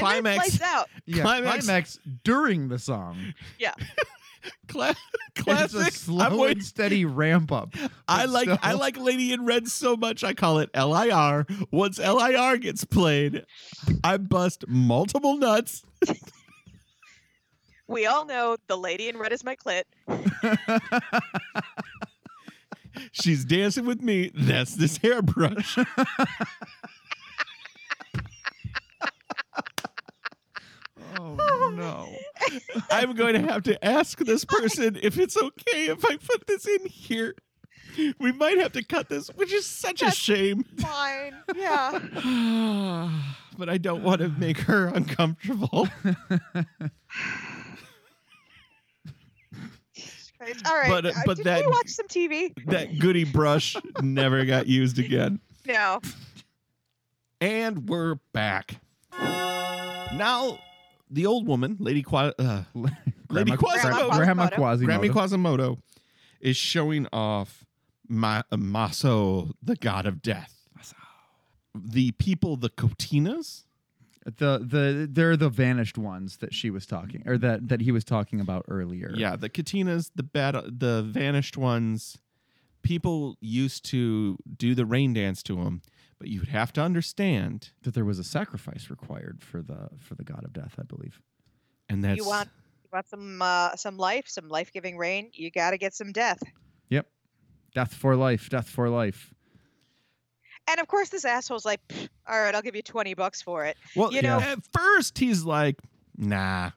Speaker 3: And then
Speaker 2: climax
Speaker 3: lights out.
Speaker 4: yeah,
Speaker 2: Climax.
Speaker 4: climax. during the song.
Speaker 2: Cla-
Speaker 4: It's
Speaker 2: classic.
Speaker 4: a slow
Speaker 2: I'm wait-
Speaker 4: and steady ramp up.
Speaker 2: I
Speaker 4: but
Speaker 2: like I
Speaker 4: still.
Speaker 2: like Lady in Red so much. I call it LIR. Once LIR gets played, I bust multiple nuts.
Speaker 3: We all know the Lady in Red is my clit.
Speaker 2: She's dancing with me. That's this hairbrush.
Speaker 4: Oh no.
Speaker 2: I'm going to have to ask this person if it's okay if I put this in here. We might have to cut this, which is such a shame.
Speaker 3: Fine. Yeah.
Speaker 2: but I don't want to make her uncomfortable.
Speaker 3: Right. All right.
Speaker 2: But, uh,
Speaker 3: uh,
Speaker 2: but
Speaker 3: did
Speaker 2: that-
Speaker 3: we watch some TV?
Speaker 2: that goody brush never got used again.
Speaker 3: No.
Speaker 2: And we're back. Now, the old woman, Lady Qua- uh, Lady Quasimodo.
Speaker 4: Grandma
Speaker 3: Grandma
Speaker 4: Quasimodo.
Speaker 2: Grammy Quasimodo, is showing off Ma- uh, Maso, the god of death. The people, the Cotinas,
Speaker 4: the the they're the vanished ones that she was talking or that that he was talking about earlier.
Speaker 2: yeah, the Cotinas, the bad, the vanished ones. People used to do the rain dance to them, but you'd have to understand,
Speaker 4: That there was a sacrifice required for the for the god of death, I believe.
Speaker 2: and that's
Speaker 3: You want you want some uh, some life, some life giving rain. You got to get some death.
Speaker 4: Yep. Death for life, death for life.
Speaker 3: And of course, this asshole's like, "Pfft, all right, I'll give you twenty bucks for it.
Speaker 2: Well,
Speaker 3: You know-
Speaker 2: at first he's like, "Nah,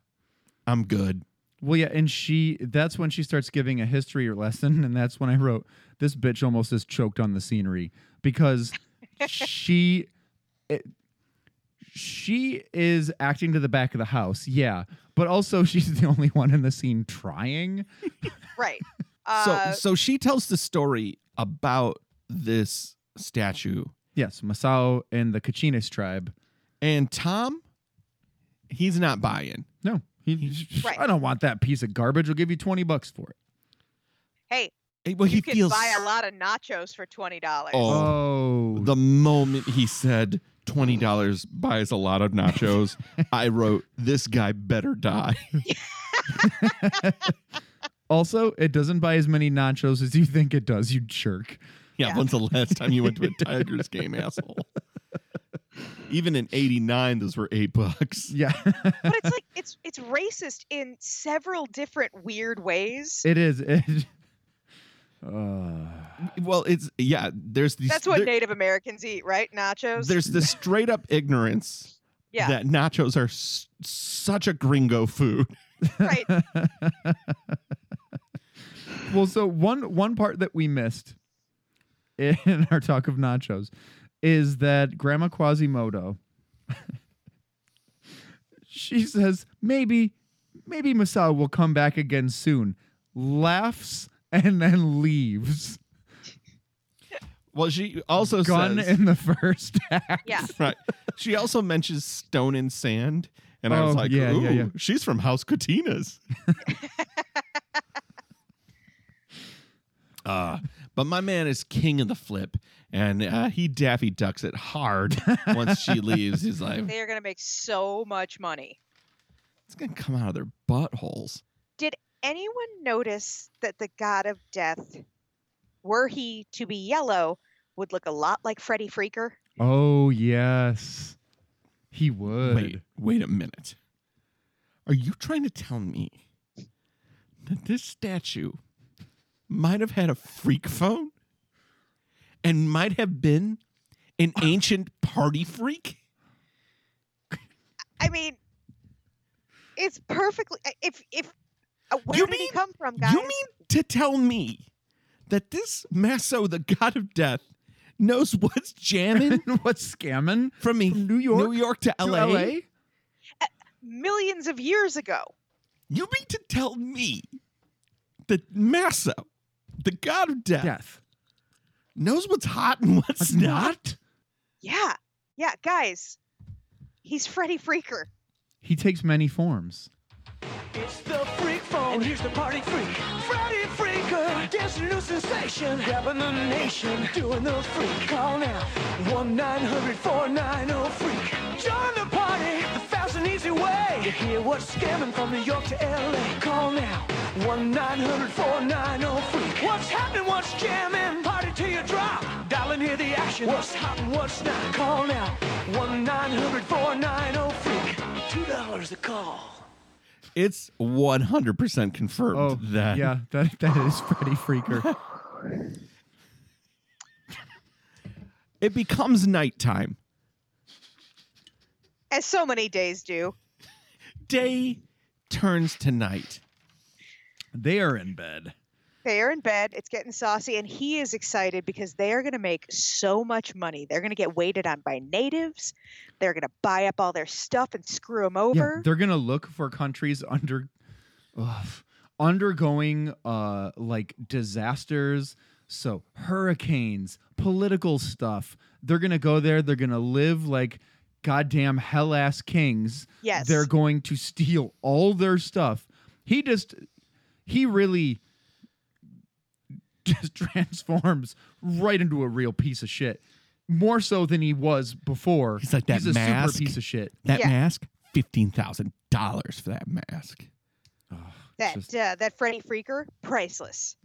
Speaker 2: I'm good."
Speaker 4: Well, yeah, and she that's when she starts giving a history lesson, and that's when I wrote this bitch almost is choked on the scenery because she it- she is acting to the back of the house, yeah, but also she's the only one in the scene trying.
Speaker 3: Right. Uh,
Speaker 2: so, so she tells the story about this statue,
Speaker 4: Yes, Masao and the Kachinas tribe.
Speaker 2: and Tom, he's not buying.
Speaker 4: No, he,
Speaker 3: Right.
Speaker 4: I don't want that piece of garbage. I'll give you twenty bucks for it.
Speaker 3: hey,
Speaker 2: Eh, Well,
Speaker 3: you
Speaker 2: he
Speaker 3: can
Speaker 2: feels
Speaker 3: buy a lot of nachos for twenty dollars.
Speaker 2: Oh.
Speaker 4: Oh,
Speaker 2: the moment he said twenty dollars buys a lot of nachos. I wrote, "This guy better die."
Speaker 4: also it doesn't buy as many nachos as you think it does. You jerk.
Speaker 2: yeah,
Speaker 3: Yeah.
Speaker 2: when's the last time you went to a Tigers game, asshole? Even in '89, those were eight bucks.
Speaker 4: Yeah,
Speaker 3: But it's like it's it's racist in several different weird ways.
Speaker 4: it is. It, uh,
Speaker 2: Well, it's yeah. There's these.
Speaker 3: That's what
Speaker 2: there-
Speaker 3: Native Americans eat, right? Nachos.
Speaker 2: there's the straight up ignorance
Speaker 3: yeah.
Speaker 2: that nachos are s- such a gringo food.
Speaker 3: Right.
Speaker 4: well, so one one part that we missed in our talk of nachos is that Grandma Quasimodo. she says maybe maybe Masao will come back again soon. Laughs and then leaves.
Speaker 2: Well, she also
Speaker 4: Gun
Speaker 2: says
Speaker 4: in the first act.
Speaker 3: Yeah.
Speaker 2: right. She also mentions stone and sand, and I
Speaker 4: Oh,
Speaker 2: was like,
Speaker 4: yeah,
Speaker 2: "Ooh,
Speaker 4: yeah, yeah.
Speaker 2: she's from House Catinas." uh, but my man is king of the flip, and uh, he daffy ducks it hard once she leaves. He's like,
Speaker 3: They are gonna make so much money.
Speaker 2: "It's gonna come out of their buttholes."
Speaker 3: Anyone notice that the god of death, were he to be yellow, would look a lot like Freddy Freaker?
Speaker 4: Oh yes, he would.
Speaker 2: Wait, wait a minute. Are you trying to tell me that this statue might have had a freak phone and might have been an ancient party freak?
Speaker 3: I mean, it's perfectly. eh, If if uh, where
Speaker 2: You
Speaker 3: did he
Speaker 2: mean-
Speaker 3: come from, guys?
Speaker 2: You mean to tell me that this Maso, the god of death, knows what's jamming
Speaker 4: What's scamming?
Speaker 2: from, me,
Speaker 4: From New York
Speaker 2: New York to,
Speaker 4: To
Speaker 2: LA?
Speaker 4: LA?
Speaker 3: millions of years ago?
Speaker 2: You mean to tell me that Maso, the god of death,
Speaker 4: Death.
Speaker 2: knows what's hot and what's,
Speaker 4: What's
Speaker 2: not?
Speaker 4: not?
Speaker 3: Yeah, yeah, guys. He's Freddy Freaker.
Speaker 4: He takes many forms.
Speaker 6: It's the freak phone. And here's the party freak. Freddy Freaker. Dancing new sensation. Grabbing the nation. Doing the freak. Call now. 1 900 490 freak. Join the party. The fast and easy way. You hear what's scamming from New York to LA. Call now. 1 900 490 freak. What's happening? What's jamming? Party till you drop. Dial in, hear the action. What's hot and what's not? Call now. 1 900 490 freak. $2 a call.
Speaker 2: It's 100% confirmed
Speaker 4: Oh,
Speaker 2: that
Speaker 4: yeah, that that is Freddy Freaker.
Speaker 2: it becomes nighttime.
Speaker 3: as so many days do.
Speaker 2: Day turns to night.
Speaker 4: they are in bed.
Speaker 3: They are in bed, it's getting saucy, and he is excited because they are going to make so much money. They're going to get waited on by natives. They're going to buy up all their stuff and screw them
Speaker 4: Yeah,
Speaker 3: over.
Speaker 4: they're gonna look for countries under ugh, undergoing uh like disasters, so hurricanes, political stuff. They're gonna go there. They're gonna live like goddamn hell ass kings.
Speaker 3: yes.
Speaker 4: They're going to steal all their stuff. He just he really just transforms right into a real piece of shit. More so than he was before.
Speaker 2: He's like that
Speaker 4: He's a
Speaker 2: mask.
Speaker 4: super piece of shit.
Speaker 2: That
Speaker 3: Yeah.
Speaker 2: mask, $15,000 for that mask.
Speaker 3: that
Speaker 4: just-
Speaker 3: uh, that Freddy Freaker, priceless.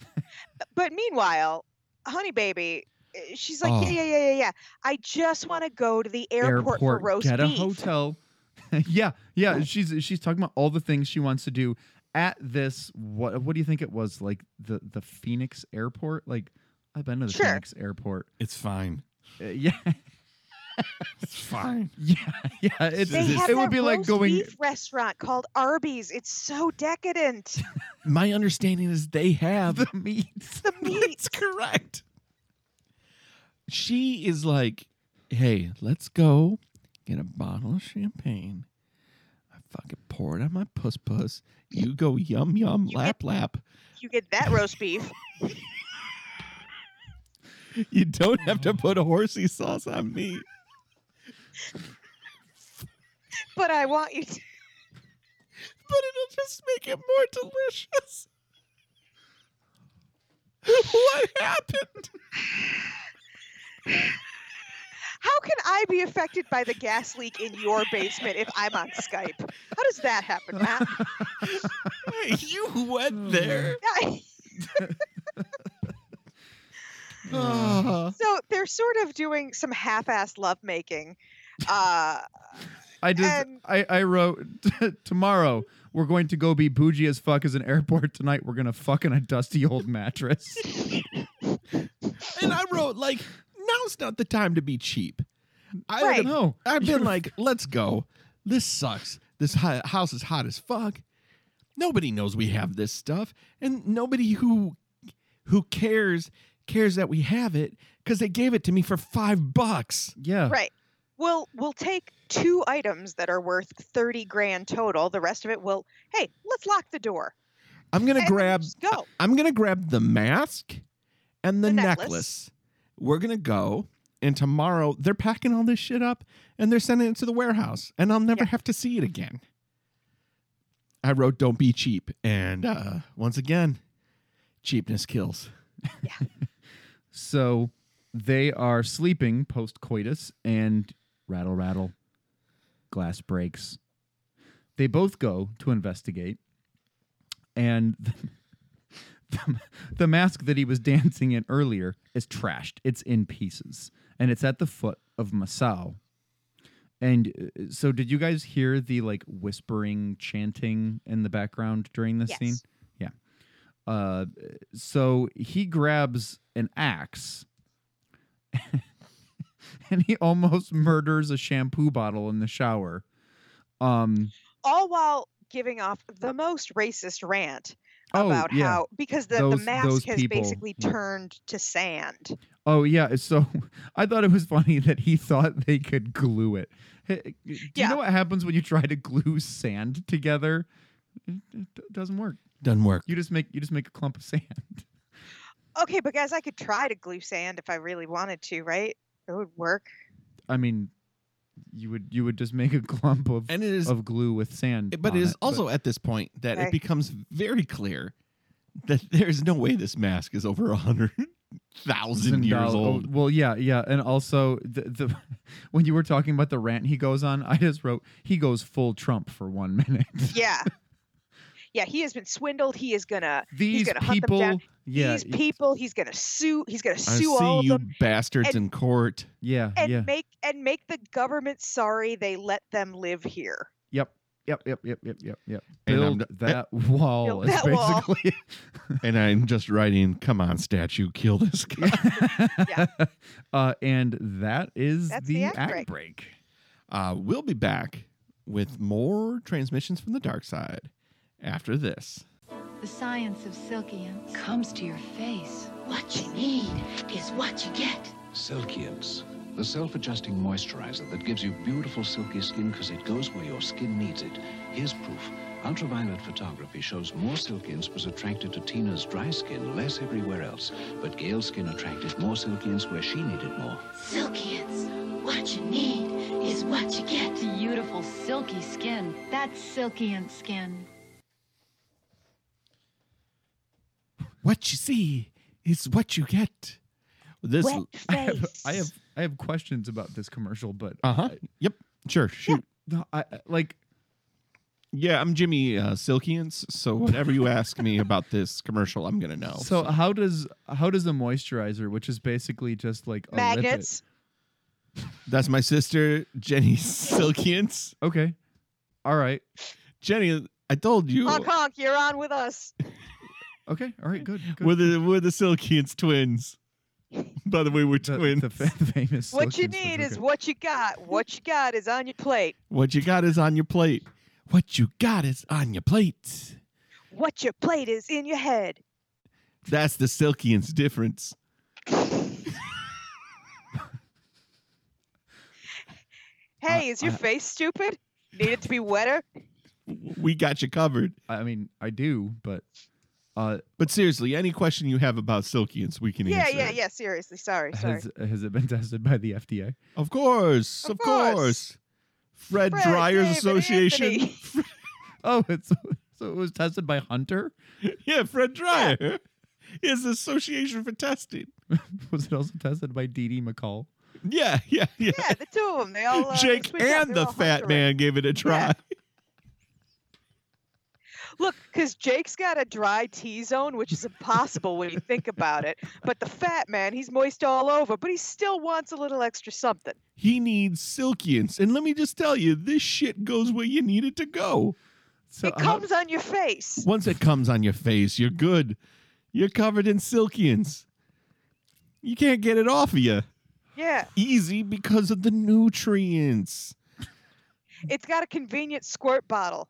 Speaker 3: but, but meanwhile, Honey Baby, uh, she's like,
Speaker 2: Oh.
Speaker 3: yeah, yeah, yeah, yeah, yeah. I just want to go to the airport, for roast
Speaker 4: get a
Speaker 3: beef.
Speaker 4: hotel. yeah, yeah. She's she's talking about all the things she wants to do at this. What what do you think it was like the the Phoenix airport? Like I've been to the
Speaker 3: Sure.
Speaker 4: Phoenix airport.
Speaker 2: It's fine.
Speaker 4: Uh, yeah,
Speaker 2: It's fine.
Speaker 4: yeah, yeah. It's,
Speaker 3: They have
Speaker 4: it would
Speaker 3: that
Speaker 4: be like
Speaker 3: roast
Speaker 4: going.
Speaker 3: beef restaurant called Arby's. It's so decadent.
Speaker 2: My understanding is they have
Speaker 4: The meats.
Speaker 3: the meat.
Speaker 2: That's correct. She is like, hey, let's go get a bottle of champagne. I fucking pour it on my puss puss. You go yum yum lap lap.
Speaker 3: You get that roast beef.
Speaker 2: You don't have to put a horsey sauce on me.
Speaker 3: but I want you to.
Speaker 2: but it'll just make it more delicious. what happened?
Speaker 3: How can I be affected by the gas leak in your basement if I'm on Skype? How does that happen, Uh, Matt?
Speaker 2: you went there. Ah.
Speaker 3: so they're sort of doing some half-assed lovemaking. Uh,
Speaker 4: I just
Speaker 3: And-
Speaker 4: I I wrote tomorrow. We're going to go be bougie as fuck as an airport tonight. We're gonna fuck on a dusty old mattress.
Speaker 2: and I wrote like, now's not the time to be cheap. I
Speaker 3: Right.
Speaker 2: would've-
Speaker 4: no,
Speaker 2: I've been like, let's go. This sucks. This hi- house is hot as fuck. Nobody knows we have this stuff, and nobody who who cares cares that we have it because they gave it to me for five bucks.
Speaker 4: yeah,
Speaker 3: right. We'll we'll take two items that are worth thirty grand total. The rest of it will. Hey, let's lock the door.
Speaker 2: I'm gonna
Speaker 3: and
Speaker 2: grab.
Speaker 3: Just go.
Speaker 2: I'm gonna grab the mask and the,
Speaker 3: The
Speaker 2: necklace.
Speaker 3: necklace.
Speaker 2: We're gonna go, and tomorrow they're packing all this shit up and they're sending it to the warehouse, and I'll never
Speaker 3: Yeah.
Speaker 2: have to see it again. I wrote, "Don't be cheap," and uh, once again, cheapness kills.
Speaker 4: So they are sleeping post coitus and rattle, rattle, glass breaks. They both go to investigate, and the, the, the mask that he was dancing in earlier is trashed. It's in pieces, and it's at the foot of Masao. And uh, so, did you guys hear the like whispering, chanting in the background during this
Speaker 3: Yes.
Speaker 4: scene? Yeah. Uh, so he grabs an axe, and he almost murders a shampoo bottle in the shower. Um.
Speaker 3: all while giving off the most racist rant
Speaker 4: Oh,
Speaker 3: about
Speaker 4: yeah.
Speaker 3: how because the, the
Speaker 4: Those- those
Speaker 3: mask has
Speaker 4: people.
Speaker 3: basically turned to sand.
Speaker 4: Oh yeah. So I thought it was funny that he thought they could glue it. Hey, eh, Do you
Speaker 3: Yeah.
Speaker 4: know what happens when you try to glue sand together? It it doesn't work.
Speaker 2: Doesn't work.
Speaker 4: You just make you just make a clump of sand.
Speaker 3: Okay, but guys, I could try to glue sand if I really wanted to, right? It would work.
Speaker 4: I mean, you would you would just make a clump of
Speaker 2: And it is
Speaker 4: of glue with sand.
Speaker 2: but
Speaker 4: on
Speaker 2: it is
Speaker 4: it,
Speaker 2: also at this point that
Speaker 3: Okay.
Speaker 2: it becomes very clear that there's no way this mask is over a hundred thousand years
Speaker 4: Zendal- oh,
Speaker 2: old.
Speaker 4: Well, yeah, yeah, and also the, the when you were talking about the rant he goes on, I just wrote he goes full Trump for one minute.
Speaker 3: Yeah. yeah, he has been swindled. He is gonna
Speaker 4: These
Speaker 3: gonna hunt them
Speaker 4: people,
Speaker 3: down.
Speaker 4: yeah,
Speaker 3: these
Speaker 4: y-
Speaker 3: people, he's gonna sue he's gonna
Speaker 2: I
Speaker 3: sue all
Speaker 2: see
Speaker 3: of
Speaker 2: you
Speaker 3: them
Speaker 2: bastards
Speaker 3: and-
Speaker 2: in court.
Speaker 4: yeah,
Speaker 3: and
Speaker 4: yeah.
Speaker 3: make and make the government sorry they let them live here.
Speaker 4: Yep. Yep, yep, yep, yep, yep, yep.
Speaker 2: And I'm
Speaker 4: Build
Speaker 2: d-
Speaker 4: that wall
Speaker 3: Build
Speaker 4: is
Speaker 3: that wall.
Speaker 4: basically
Speaker 2: And I'm just writing, come on, statue, kill this guy.
Speaker 3: Yeah.
Speaker 4: uh, and that is
Speaker 3: That's
Speaker 4: the,
Speaker 3: the act break.
Speaker 4: break.
Speaker 2: Uh, we'll be back with more transmissions from the dark side after this.
Speaker 7: The science of silkians comes to your face.
Speaker 8: What you need is what you get.
Speaker 9: Silkience, the self-adjusting moisturizer that gives you beautiful silky skin because it goes where your skin needs it. Here's proof. Ultraviolet photography shows more Silkience was attracted to Tina's dry skin, less everywhere else. But Gail's skin attracted more Silkience where she needed more.
Speaker 8: Silkians. What you need is what you get.
Speaker 7: Beautiful silky skin. That's silkian skin.
Speaker 2: What you see is what you get. This
Speaker 3: Wet
Speaker 4: I have,
Speaker 3: face.
Speaker 4: I have I have questions about this commercial, but
Speaker 2: uh huh. Yep. Sure. Shoot.
Speaker 4: no, I I- like
Speaker 2: Yeah, I'm Jimmy uh, Silkians. So whatever you ask me about this commercial, I'm gonna know.
Speaker 4: Oh, so how does how does a moisturizer, which is basically just like a lipid-
Speaker 3: magnets.
Speaker 2: That's my sister, Jenny Silkians.
Speaker 4: Okay. All right.
Speaker 2: Jenny, I told you
Speaker 3: Honk honk, you're on with us.
Speaker 4: Okay. All right. Good. good.
Speaker 2: we're the we're the Silkians twins. By the way, we're
Speaker 4: the,
Speaker 2: twins.
Speaker 4: the fa- famous.
Speaker 3: What you
Speaker 4: Silkians
Speaker 3: need is
Speaker 4: bazooka.
Speaker 3: what you got. What you got is on your plate.
Speaker 2: what you got is on your plate. What you got is on your plate.
Speaker 3: What your plate is in your head.
Speaker 2: That's the Silkians difference.
Speaker 3: Hey, is your
Speaker 4: I-
Speaker 3: face stupid? Need it to be wetter?
Speaker 2: We got you covered.
Speaker 4: I mean, I do, but uh,
Speaker 2: But seriously, any question you have about Silkians, we can
Speaker 3: Yeah,
Speaker 2: answer.
Speaker 3: yeah,
Speaker 2: it.
Speaker 3: yeah. Seriously, sorry, sorry.
Speaker 4: has has it been tested by the FDA?
Speaker 2: Of course, of,
Speaker 3: Of
Speaker 2: course.
Speaker 3: course.
Speaker 2: Fred,
Speaker 3: Fred,
Speaker 2: Dryers
Speaker 3: David,
Speaker 2: Association.
Speaker 3: Anthony.
Speaker 4: Oh, it's so it was tested by Hunter.
Speaker 2: yeah, Fred Dryer. His association for testing.
Speaker 4: Was it also tested by D.D. McCall?
Speaker 2: Yeah, yeah, yeah.
Speaker 3: Yeah, the two of them. They all. Uh, they
Speaker 2: Jake
Speaker 3: switch
Speaker 2: and
Speaker 3: up, they're
Speaker 2: the
Speaker 3: all
Speaker 2: fat
Speaker 3: hunter
Speaker 2: man gave it a try.
Speaker 3: Look, because Jake's got a dry T zone, which is impossible when you think about it. But the fat man, he's moist all over, but he still wants a little extra something.
Speaker 2: He needs silkians. And let me just tell you, this shit goes where you need it to go.
Speaker 4: So
Speaker 3: it
Speaker 2: uh-huh.
Speaker 4: how-
Speaker 3: comes on your face.
Speaker 2: Once it comes on your face, you're good. You're covered in silkians. You can't get it off of you.
Speaker 3: Yeah,
Speaker 2: Easy because of the nutrients.
Speaker 3: it's got a convenient squirt bottle.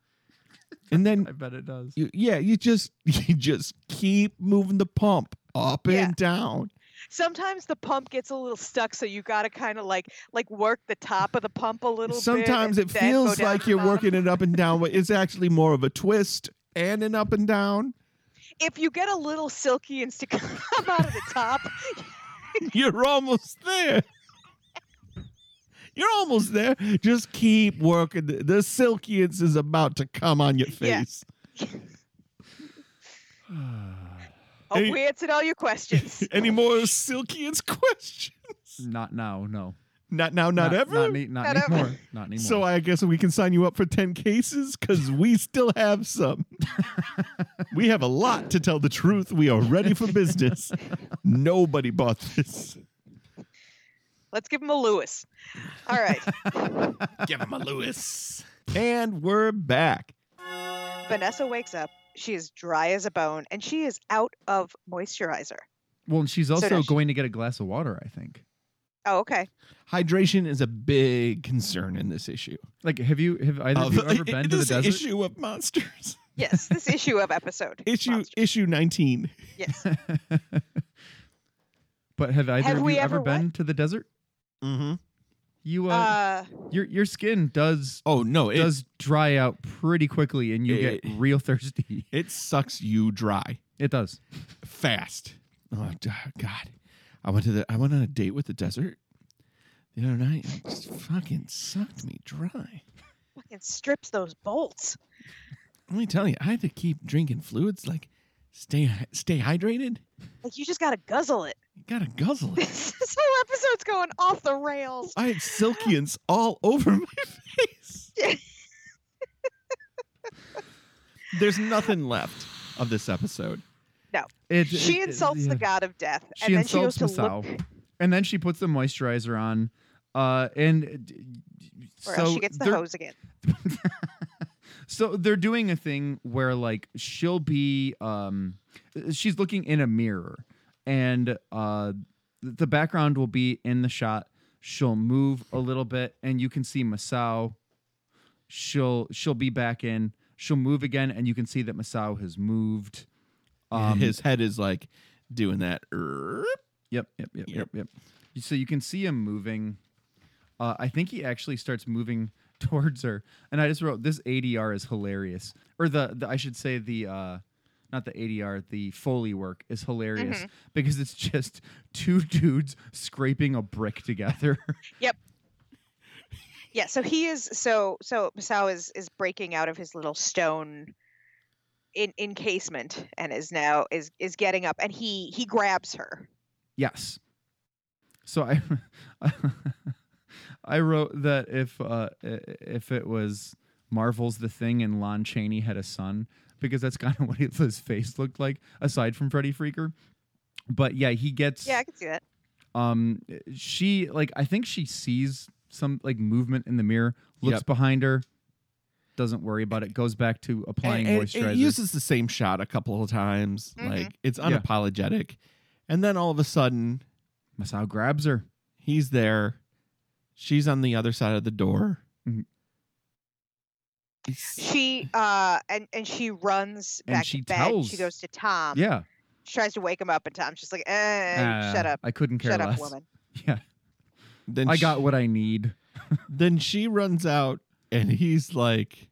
Speaker 2: And then
Speaker 4: I bet it does.
Speaker 2: you, yeah, you just you just keep moving the pump up
Speaker 3: Yeah.
Speaker 2: and down.
Speaker 3: Sometimes the pump gets a little stuck, so you got to kind of like like work the top of the pump a little. bit
Speaker 2: Sometimes
Speaker 3: and
Speaker 2: it
Speaker 3: then go
Speaker 2: feels
Speaker 3: down
Speaker 2: like
Speaker 3: the
Speaker 2: you're
Speaker 3: bottom.
Speaker 2: working it up and down, but it's actually more of a twist and an up and down.
Speaker 3: If you get a little silky and to come out of the top,
Speaker 2: You're almost there. You're almost there. Just keep working. The, the silkience is about to come on your
Speaker 3: Yeah.
Speaker 2: face.
Speaker 3: oh,
Speaker 2: Hey.
Speaker 3: we answered all your questions.
Speaker 2: Any more silkience questions?
Speaker 4: Not now, no.
Speaker 2: Not now, not, ever.
Speaker 4: Not, ne- not
Speaker 3: Not ever.
Speaker 4: anymore. Not anymore.
Speaker 2: so I guess we can sign you up for 10 cases because we still have some. we have a lot to tell the truth. We are ready for business. Nobody bought this.
Speaker 3: Let's give him a Lewis. All right.
Speaker 2: Give him a Lewis. And we're back.
Speaker 3: Vanessa wakes up. She is dry as a bone and she is out of moisturizer.
Speaker 4: Well, and she's also
Speaker 3: does she.
Speaker 4: going to get a glass of water, I think.
Speaker 3: Oh, okay.
Speaker 2: Hydration is a big concern in this issue.
Speaker 4: Like, have you have either of you
Speaker 2: Of-
Speaker 4: ever been to the
Speaker 2: this
Speaker 4: desert?
Speaker 2: issue of monsters.
Speaker 3: Yes, this issue of episode.
Speaker 2: Issue
Speaker 3: Monster.
Speaker 2: issue 19.
Speaker 3: Yes.
Speaker 4: but have either
Speaker 3: Have
Speaker 4: of
Speaker 3: we
Speaker 4: you ever
Speaker 3: ever
Speaker 4: been to the desert?
Speaker 2: Mm-hmm.
Speaker 4: You uh,
Speaker 3: Uh,
Speaker 4: your your skin does
Speaker 2: Oh no, it
Speaker 4: does dry out pretty quickly, and you get
Speaker 2: It-
Speaker 4: real thirsty.
Speaker 2: it sucks you dry
Speaker 4: It does.
Speaker 2: fast. Oh d- god. I went to the I went on a date with the desert the other night. and It just fucking sucked me dry.
Speaker 3: fucking strips those bolts.
Speaker 2: Let me tell you, I had to keep drinking fluids like stay stay hydrated.
Speaker 3: Like you just gotta guzzle it.
Speaker 2: You got to guzzle it.
Speaker 3: this whole episode's going off the rails.
Speaker 4: Oh,
Speaker 2: I had silkians all over my face. There's nothing left of this episode.
Speaker 4: It,
Speaker 3: She
Speaker 4: it- it-
Speaker 3: insults
Speaker 4: yeah.
Speaker 3: the god of death,
Speaker 4: She
Speaker 3: and then she goes
Speaker 4: insults
Speaker 3: to look.
Speaker 4: Masao, and then she puts the moisturizer on, uh, and uh, d- d-
Speaker 3: Or
Speaker 4: so
Speaker 3: else she gets the
Speaker 4: they're-
Speaker 3: hose again.
Speaker 4: So they're doing a thing where like she'll be um she's looking in a mirror and uh the background will be in the shot. She'll move a little bit and you can see Masao. She'll she'll be back in. She'll move again and you can see that Masao has moved. Um
Speaker 2: His head is like doing that. "Erp."
Speaker 4: Yep, yep, yep,
Speaker 2: Yep.
Speaker 4: yep, yep. So you can see him moving. Uh, I think he actually starts moving towards her, and I just wrote this ADR is hilarious, or the, the I should say the uh, not the ADR, the Foley work is hilarious because it's just two dudes scraping a brick together.
Speaker 3: Yeah, so he is so so Masao is is breaking out of his little stone in encasement and is now is is getting up and he he grabs her.
Speaker 4: yes. So I, I wrote that if uh, i- if it was Marvel's The Thing and Lon Chaney had a son because that's kind of what his face looked like aside from Freddy Freaker. But yeah, he gets
Speaker 3: Yeah, I can see that.
Speaker 4: um she like I think she sees some like movement in the mirror, looks
Speaker 2: Yep.
Speaker 4: behind her, doesn't worry about it, goes back to applying
Speaker 2: And- and
Speaker 4: moisturizer.
Speaker 2: It uses the same shot a couple of times.
Speaker 3: Mhm.
Speaker 2: Like it's
Speaker 4: Yeah.
Speaker 2: unapologetic. And then all of a sudden,
Speaker 4: Masao grabs her.
Speaker 2: he's there. She's on the other side of the door.
Speaker 4: Mhm.
Speaker 2: It's-
Speaker 3: She uh and and she runs
Speaker 4: And
Speaker 3: back
Speaker 4: she
Speaker 3: to bed.
Speaker 4: tells-
Speaker 3: She goes to Tom.
Speaker 4: yeah.
Speaker 3: She tries to wake him up and Tom's just like, eh, shut
Speaker 4: Uh,
Speaker 3: up.
Speaker 4: I couldn't care
Speaker 3: Shut
Speaker 4: less.
Speaker 3: up, woman.
Speaker 4: Yeah.
Speaker 2: Then
Speaker 4: I
Speaker 2: she-
Speaker 4: got what I need.
Speaker 2: Then she runs out and he's like,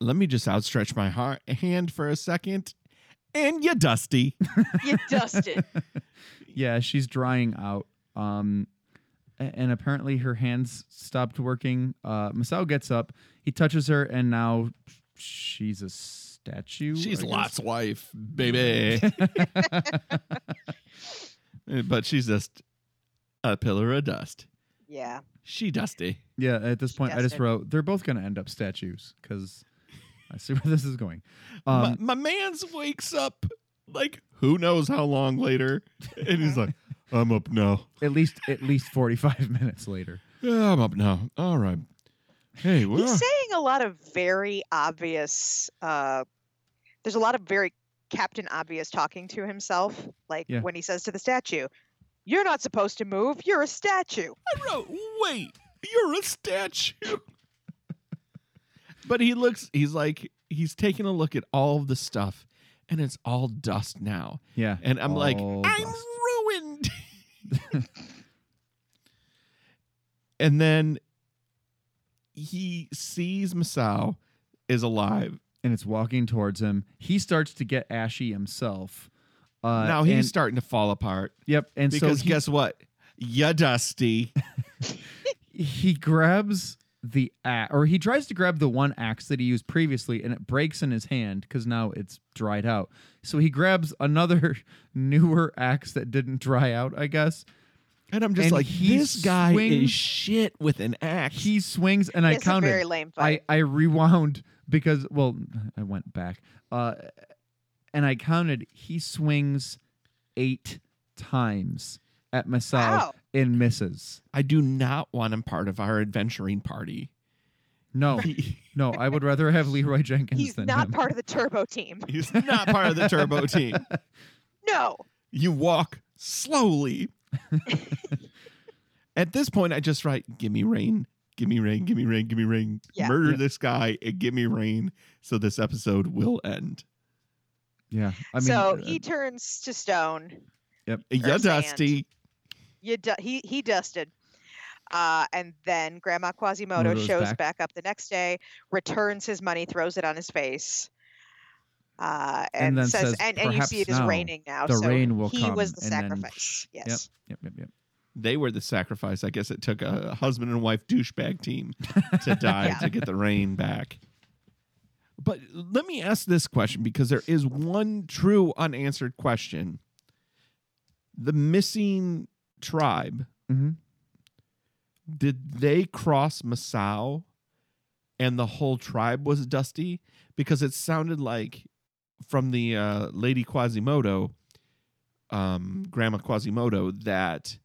Speaker 2: let me just outstretch my har- hand for a second. And you dusty.
Speaker 3: You dusted.
Speaker 4: Yeah, she's drying out. Um, a- and apparently her hands stopped working. Uh, Masao gets up. He touches her, and now she's a statue.
Speaker 2: She's
Speaker 4: I guess?
Speaker 2: Lot's Eh. wife, baby. but she's just a pillar of dust.
Speaker 3: yeah.
Speaker 2: She dusty.
Speaker 4: Yeah. At this
Speaker 3: She
Speaker 4: point, I just
Speaker 3: doesn't.
Speaker 4: wrote they're both gonna end up statues because I see where this is going.
Speaker 2: My-
Speaker 4: Um,
Speaker 2: my, man's wakes up like who knows how long later, and he's like, "I'm up now.
Speaker 4: at least at least forty five minutes later.
Speaker 2: Yeah, I'm up now. All right. Hey,
Speaker 3: He's
Speaker 2: well,
Speaker 3: saying a lot of very obvious. Uh, there's a lot of very Captain Obvious talking to himself, like
Speaker 4: Yeah.
Speaker 3: when he says to the statue, "You're not supposed to move. You're a statue."
Speaker 2: I wrote, wait, you're a statue." but he looks. He's like he's taking a look at all of the stuff, and it's all dust now.
Speaker 4: Yeah.
Speaker 2: And I'm like,
Speaker 4: All
Speaker 2: I'm
Speaker 4: dust.
Speaker 2: ruined. and then he sees Masao is alive.
Speaker 4: and it's walking towards him. He starts to get ashy himself. Uh,
Speaker 2: now he's
Speaker 4: and-
Speaker 2: starting to fall apart
Speaker 4: Yep. And
Speaker 2: because
Speaker 4: so he-
Speaker 2: guess what? Ya dusty.
Speaker 4: he grabs the axe, or he tries to grab the one axe that he used previously, and it breaks in his hand because now it's dried out. So he grabs another newer axe that didn't dry out, I guess.
Speaker 2: And I'm just
Speaker 4: And
Speaker 2: like,
Speaker 4: he
Speaker 2: this guy is
Speaker 4: swings-
Speaker 2: shit with an axe.
Speaker 4: He swings, and I
Speaker 3: it's a very
Speaker 4: counted.
Speaker 3: lame
Speaker 4: I,
Speaker 3: fight.
Speaker 4: I rewound because, well, I went back, uh, and I counted. He swings eight times at Masao,
Speaker 3: wow.
Speaker 4: and misses.
Speaker 2: I do not want him part of our adventuring party.
Speaker 4: No, no, I would rather have Leroy Jenkins
Speaker 3: He's
Speaker 4: than
Speaker 3: not
Speaker 4: him.
Speaker 3: part of the turbo team.
Speaker 2: He's not part of the turbo team.
Speaker 3: No.
Speaker 2: You walk slowly. At this point, I just write, give me rain, give me rain, give me rain, give me rain.
Speaker 3: Yeah.
Speaker 2: Murder
Speaker 4: Yeah.
Speaker 2: this guy and give me rain so this episode will end.
Speaker 4: Yeah, I mean,
Speaker 3: so
Speaker 4: uh,
Speaker 3: he turns to stone.
Speaker 2: Yeah,
Speaker 3: Or sand.
Speaker 2: Dusty.
Speaker 3: You du- he he dusted. Uh, and then Grandma Quasimodo
Speaker 4: Moto's
Speaker 3: shows
Speaker 4: back.
Speaker 3: back. up the next day, returns his money, throws it on his face, uh,
Speaker 4: And
Speaker 3: and,
Speaker 4: then
Speaker 3: says,
Speaker 4: says,
Speaker 3: and, and you
Speaker 4: "Perhaps
Speaker 3: see it is
Speaker 4: now
Speaker 3: raining now.
Speaker 4: the
Speaker 3: so
Speaker 4: rain will
Speaker 3: he
Speaker 4: come,"
Speaker 3: was the
Speaker 4: and then
Speaker 3: sacrifice.
Speaker 4: yep,
Speaker 3: yes.
Speaker 4: yep, yep, yep.
Speaker 2: They were the sacrifice. I guess it took a husband and wife douchebag team to die
Speaker 3: Yeah.
Speaker 2: to get the rain back. But let me ask this question because there is one true unanswered question. The missing tribe
Speaker 4: Mhm.
Speaker 2: did they cross Masao and the whole tribe was dusty? Because it sounded like from the uh, Lady Quasimodo, um, Grandma Quasimodo, that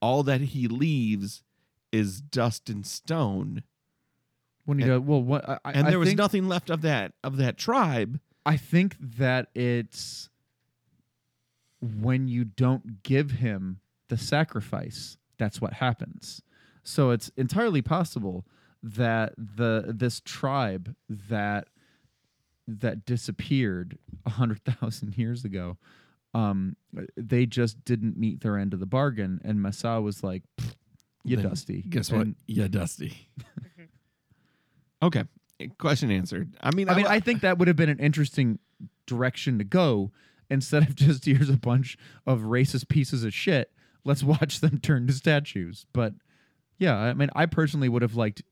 Speaker 2: all that he leaves is dust and stone,
Speaker 4: When he
Speaker 2: And-
Speaker 4: does, well, what I, I-
Speaker 2: and
Speaker 4: I
Speaker 2: there was
Speaker 4: think,
Speaker 2: nothing left of that of that tribe.
Speaker 4: I think that it's when you don't give him the sacrifice, that's what happens. So it's entirely possible that the this tribe that that disappeared a hundred thousand years ago, um, they just didn't meet their end of the bargain, and Massa was like, "Pfft, "You
Speaker 2: Then
Speaker 4: dusty." And-
Speaker 2: yeah, dusty. okay, question answered. I mean,
Speaker 4: I mean, I think that would have been an interesting direction to go instead of just here's a bunch of racist pieces of shit. Let's watch them turn to statues. But yeah, I mean, I personally would have liked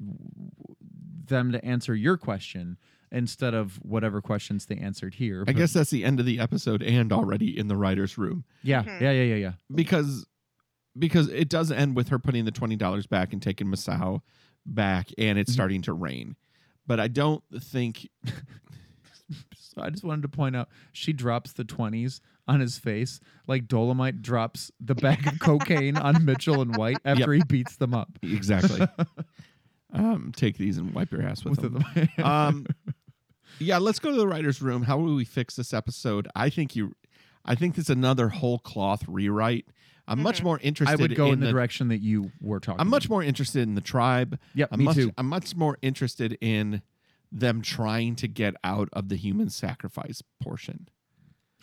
Speaker 4: them to answer your question instead of whatever questions they answered here.
Speaker 2: I
Speaker 4: But
Speaker 2: guess that's the end of the episode, and already in the writers' room.
Speaker 4: yeah, yeah, yeah, yeah, yeah.
Speaker 2: because because it does end with her putting the twenty dollars back and taking Masao back, and it's
Speaker 4: Mhm.
Speaker 2: starting to rain. But I don't think
Speaker 4: So I just wanted to point out she drops the twenties on his face like Dolomite drops the bag of cocaine on Mitchell and White after he beats them up
Speaker 2: exactly. um, take these and wipe your ass with,
Speaker 4: with
Speaker 2: them.
Speaker 4: the
Speaker 2: um, yeah, let's go to the writers' room. How will we fix this episode? I think you, I think it's another whole cloth rewrite. I'm much more interested.
Speaker 4: I would go in, the,
Speaker 2: the
Speaker 4: direction that you were talking.
Speaker 2: I'm much
Speaker 4: about.
Speaker 2: more interested in the tribe.
Speaker 4: Yep,
Speaker 2: I'm
Speaker 4: me
Speaker 2: much,
Speaker 4: too.
Speaker 2: I'm much more interested in them trying to get out of the human sacrifice portion.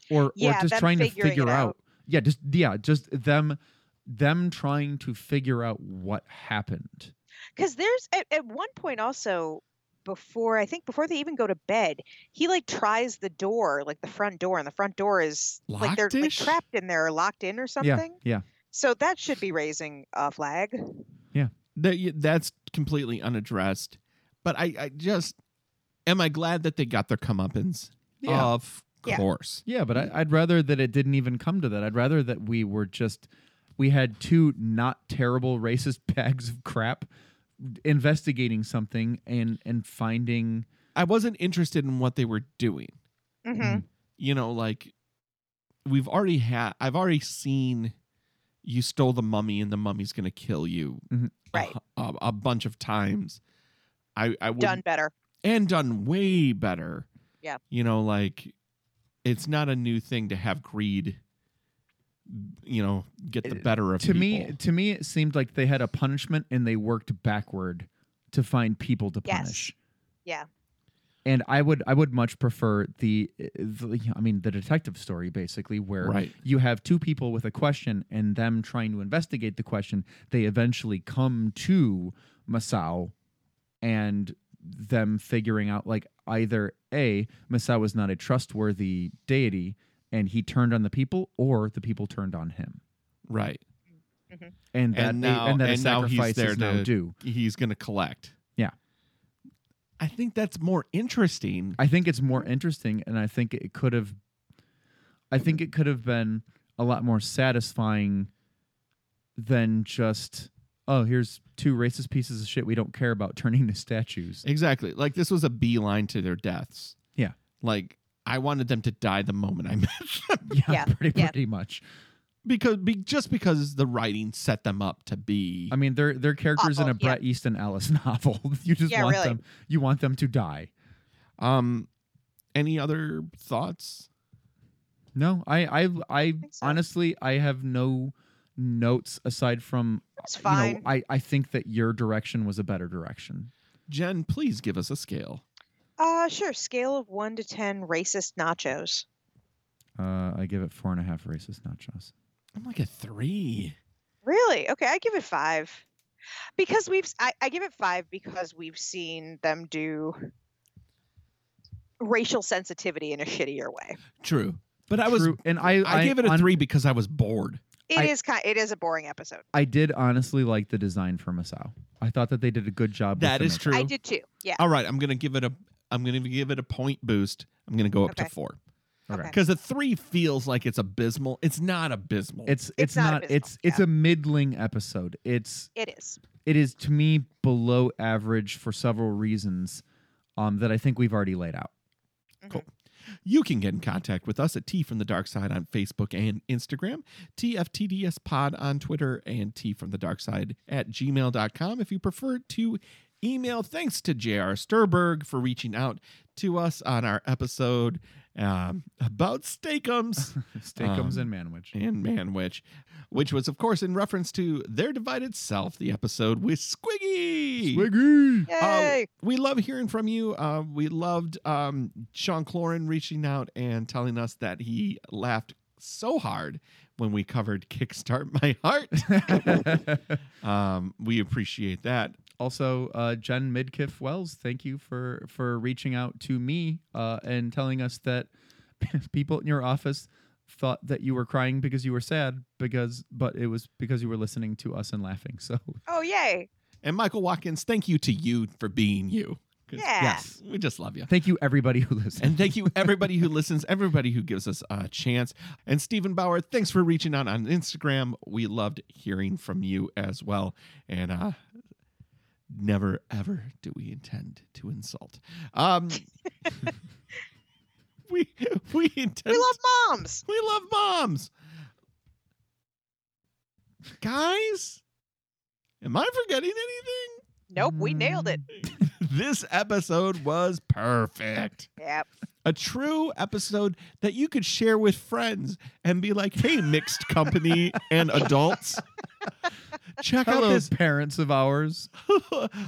Speaker 4: or
Speaker 3: Yeah,
Speaker 4: or just
Speaker 3: them
Speaker 4: trying to
Speaker 3: figuring
Speaker 4: figure
Speaker 3: it
Speaker 4: out.
Speaker 3: out.
Speaker 4: Yeah, just yeah, just them them trying to figure out what happened.
Speaker 3: because there's at, at one point also before i think before they even go to bed he like tries the door like the front door and the front door is like they're like
Speaker 2: Locked-ish?
Speaker 3: trapped in there or locked in or something
Speaker 4: Yeah, yeah.
Speaker 3: so that should be raising a flag Mm-hmm.
Speaker 2: That y- that's completely unaddressed. But I, I just am I glad that they got their comeuppance?
Speaker 4: Yeah.
Speaker 2: Of
Speaker 3: Yeah.
Speaker 2: course.
Speaker 4: Yeah, but I,
Speaker 3: Mm.
Speaker 4: I'd rather that it didn't even come to that. I'd rather that we were just we had two not terrible racist bags of crap investigating something and and finding
Speaker 2: I wasn't interested in what they were doing.
Speaker 4: Mm-hmm.
Speaker 3: hmm
Speaker 2: you know, like we've already had, I've already seen you stole the mummy and the mummy's going to kill you
Speaker 4: Mhm.
Speaker 2: a-
Speaker 3: Right.
Speaker 2: a, a bunch of times. I, I would,
Speaker 3: done better
Speaker 2: and done way better.
Speaker 3: Yeah.
Speaker 2: You know, like it's not a new thing to have greed, you know, get the better of
Speaker 4: Uh, to me
Speaker 2: people.
Speaker 4: to me it seemed like they had a punishment and they worked backward to find people to
Speaker 3: Yes.
Speaker 4: punish
Speaker 3: Yeah.
Speaker 4: and i would i would much prefer the, the i mean the detective story basically where
Speaker 2: Right.
Speaker 4: you have two people with a question and them trying to investigate the question they eventually come to masao and them figuring out like either a masao was not a trustworthy deity and he turned on the people or the people turned on him
Speaker 2: Right.
Speaker 4: and that
Speaker 2: And
Speaker 4: they-
Speaker 2: now-
Speaker 4: and that a
Speaker 2: and now he's
Speaker 4: sacrifice
Speaker 2: there
Speaker 4: is now
Speaker 2: to-
Speaker 4: due.
Speaker 2: He's going to collect.
Speaker 4: Yeah.
Speaker 2: I think that's more interesting.
Speaker 4: I think it's more interesting, and I think it could have, I think it could have been a lot more satisfying than just oh here's two racist pieces of shit we don't care about turning to statues.
Speaker 2: Exactly. Like this was a beeline to their deaths.
Speaker 4: Yeah.
Speaker 2: Like I wanted them to die the moment I met them.
Speaker 4: Yeah,
Speaker 3: Yeah,
Speaker 4: pretty
Speaker 3: yeah.
Speaker 4: pretty much.
Speaker 2: because be, just because the writing set them up to be.
Speaker 4: I mean, they're they're characters in a
Speaker 3: Awful, yeah.
Speaker 4: Bret Easton Ellis novel. you just
Speaker 3: Yeah,
Speaker 4: want
Speaker 3: really.
Speaker 4: them you want them to die.
Speaker 2: Um, any other thoughts?
Speaker 4: No, I I I
Speaker 3: think so.
Speaker 4: honestly I have no notes aside from
Speaker 3: It's
Speaker 4: you know
Speaker 3: fine.
Speaker 4: I I think that your direction was a better direction.
Speaker 2: Jen, please give us a scale.
Speaker 3: Uh, sure. Scale of one to ten racist nachos.
Speaker 4: Uh, I give it four and a half racist nachos.
Speaker 2: I'm like a three.
Speaker 3: Really? Okay, I give it five. Because we've s- I, I give it five because we've seen them do racial sensitivity in a shittier way.
Speaker 2: True, but I was
Speaker 4: True, and I
Speaker 2: I, gave it a
Speaker 4: hon-
Speaker 2: three because I was bored.
Speaker 3: It is
Speaker 4: I-
Speaker 3: kind it is a boring episode.
Speaker 4: I did honestly like the design for Masao. I thought that they did a good job.
Speaker 2: That
Speaker 4: with the
Speaker 2: is
Speaker 4: makeup.
Speaker 2: true.
Speaker 3: I did too. Yeah.
Speaker 4: Uh,
Speaker 2: All right, I'm gonna give it a I'm gonna give it a point boost. I'm gonna go up to
Speaker 3: Okay.
Speaker 2: four
Speaker 4: Okay.
Speaker 2: because a three feels like it's abysmal. It's not abysmal.
Speaker 4: It's it's,
Speaker 3: It's
Speaker 4: not,
Speaker 3: not abysmal,
Speaker 4: it's it's a middling episode. It's
Speaker 3: It is.
Speaker 4: it is to me below average for several reasons um, that I think we've already laid out.
Speaker 2: You can get in contact with us at T from the Dark Side on Facebook and Instagram, TFTDS Pod on Twitter, and T from the Dark Side at gmail.com if you prefer to email. Thanks to J.R. Sturberg for reaching out to us on our episode um, about Steakums
Speaker 4: Steakums
Speaker 2: Um,
Speaker 4: and Manwich.
Speaker 2: and Man Witch, which was, of course, in reference to Their Divided Self, the episode with Squiggy.
Speaker 4: Wiggy.
Speaker 2: Uh,
Speaker 3: Yay.
Speaker 2: we love hearing from you. Uh, we loved um, Sean Cloran reaching out and telling us that he laughed so hard when we covered Kickstart My Heart. um, we appreciate that.
Speaker 4: also, uh, Jen Midkiff Wells, thank you for for reaching out to me uh, and telling us that people in your office thought that you were crying because you were sad because but it was because you were listening to us and laughing. So
Speaker 3: Oh yay.
Speaker 2: And Michael Watkins, thank you to you for being you. 'Cause
Speaker 3: Yeah.
Speaker 4: yes,
Speaker 2: We just love you.
Speaker 4: thank you everybody who listened.
Speaker 2: And thank you, everybody who listens, everybody who gives us a chance. And Stephen Bauer, thanks for reaching out on Instagram. We loved hearing from you as well. And uh, never, ever do we intend to insult. Um, we we intend
Speaker 3: We love moms.
Speaker 2: we love moms, guys. Am I forgetting anything?
Speaker 3: Nope, we nailed it.
Speaker 4: Mm.
Speaker 2: This episode was perfect
Speaker 3: Yep.
Speaker 2: a true episode that you could share with friends and be like, hey, mixed company and adults. Check out
Speaker 4: Hello,
Speaker 2: this.
Speaker 4: parents of ours,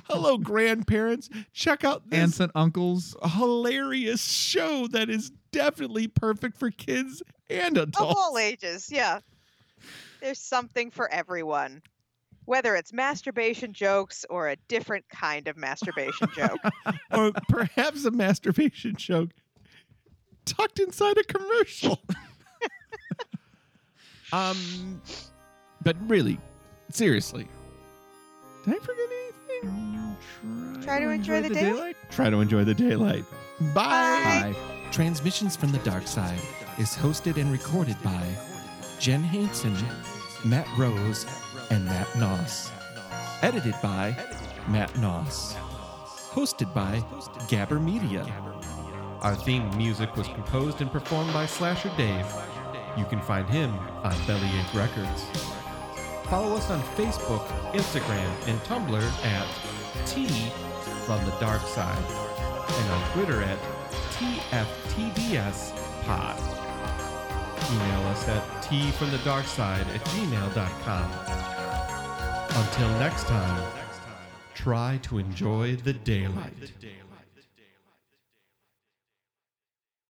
Speaker 2: Hello, grandparents. Check out this
Speaker 4: aunts and uncles.
Speaker 2: hilarious show that is definitely perfect for kids and
Speaker 3: Of all
Speaker 2: adults.
Speaker 3: ages, yeah. There's something for everyone. Whether it's masturbation jokes or a different kind of masturbation joke.
Speaker 2: or perhaps a masturbation joke tucked inside a commercial. um, but really, seriously, did I forget anything?
Speaker 3: Try to enjoy the day.
Speaker 2: Try to enjoy the daylight. Bye.
Speaker 4: Bye.
Speaker 2: Transmissions from the Dark Side is hosted and recorded by Jen Hansen, Matt Rose, and Matt Noss. Edited by Matt Noss. Hosted by Gabber Media.
Speaker 10: Our theme music was composed and performed by Slasher Dave. You can find him on Bellyache Records. Follow us on Facebook, Instagram, and Tumblr at T from the Dark Side, and on Twitter at TFTDS Pod. Email us at T from the Dark Side at gmail.com. Until next time, try to enjoy the daylight.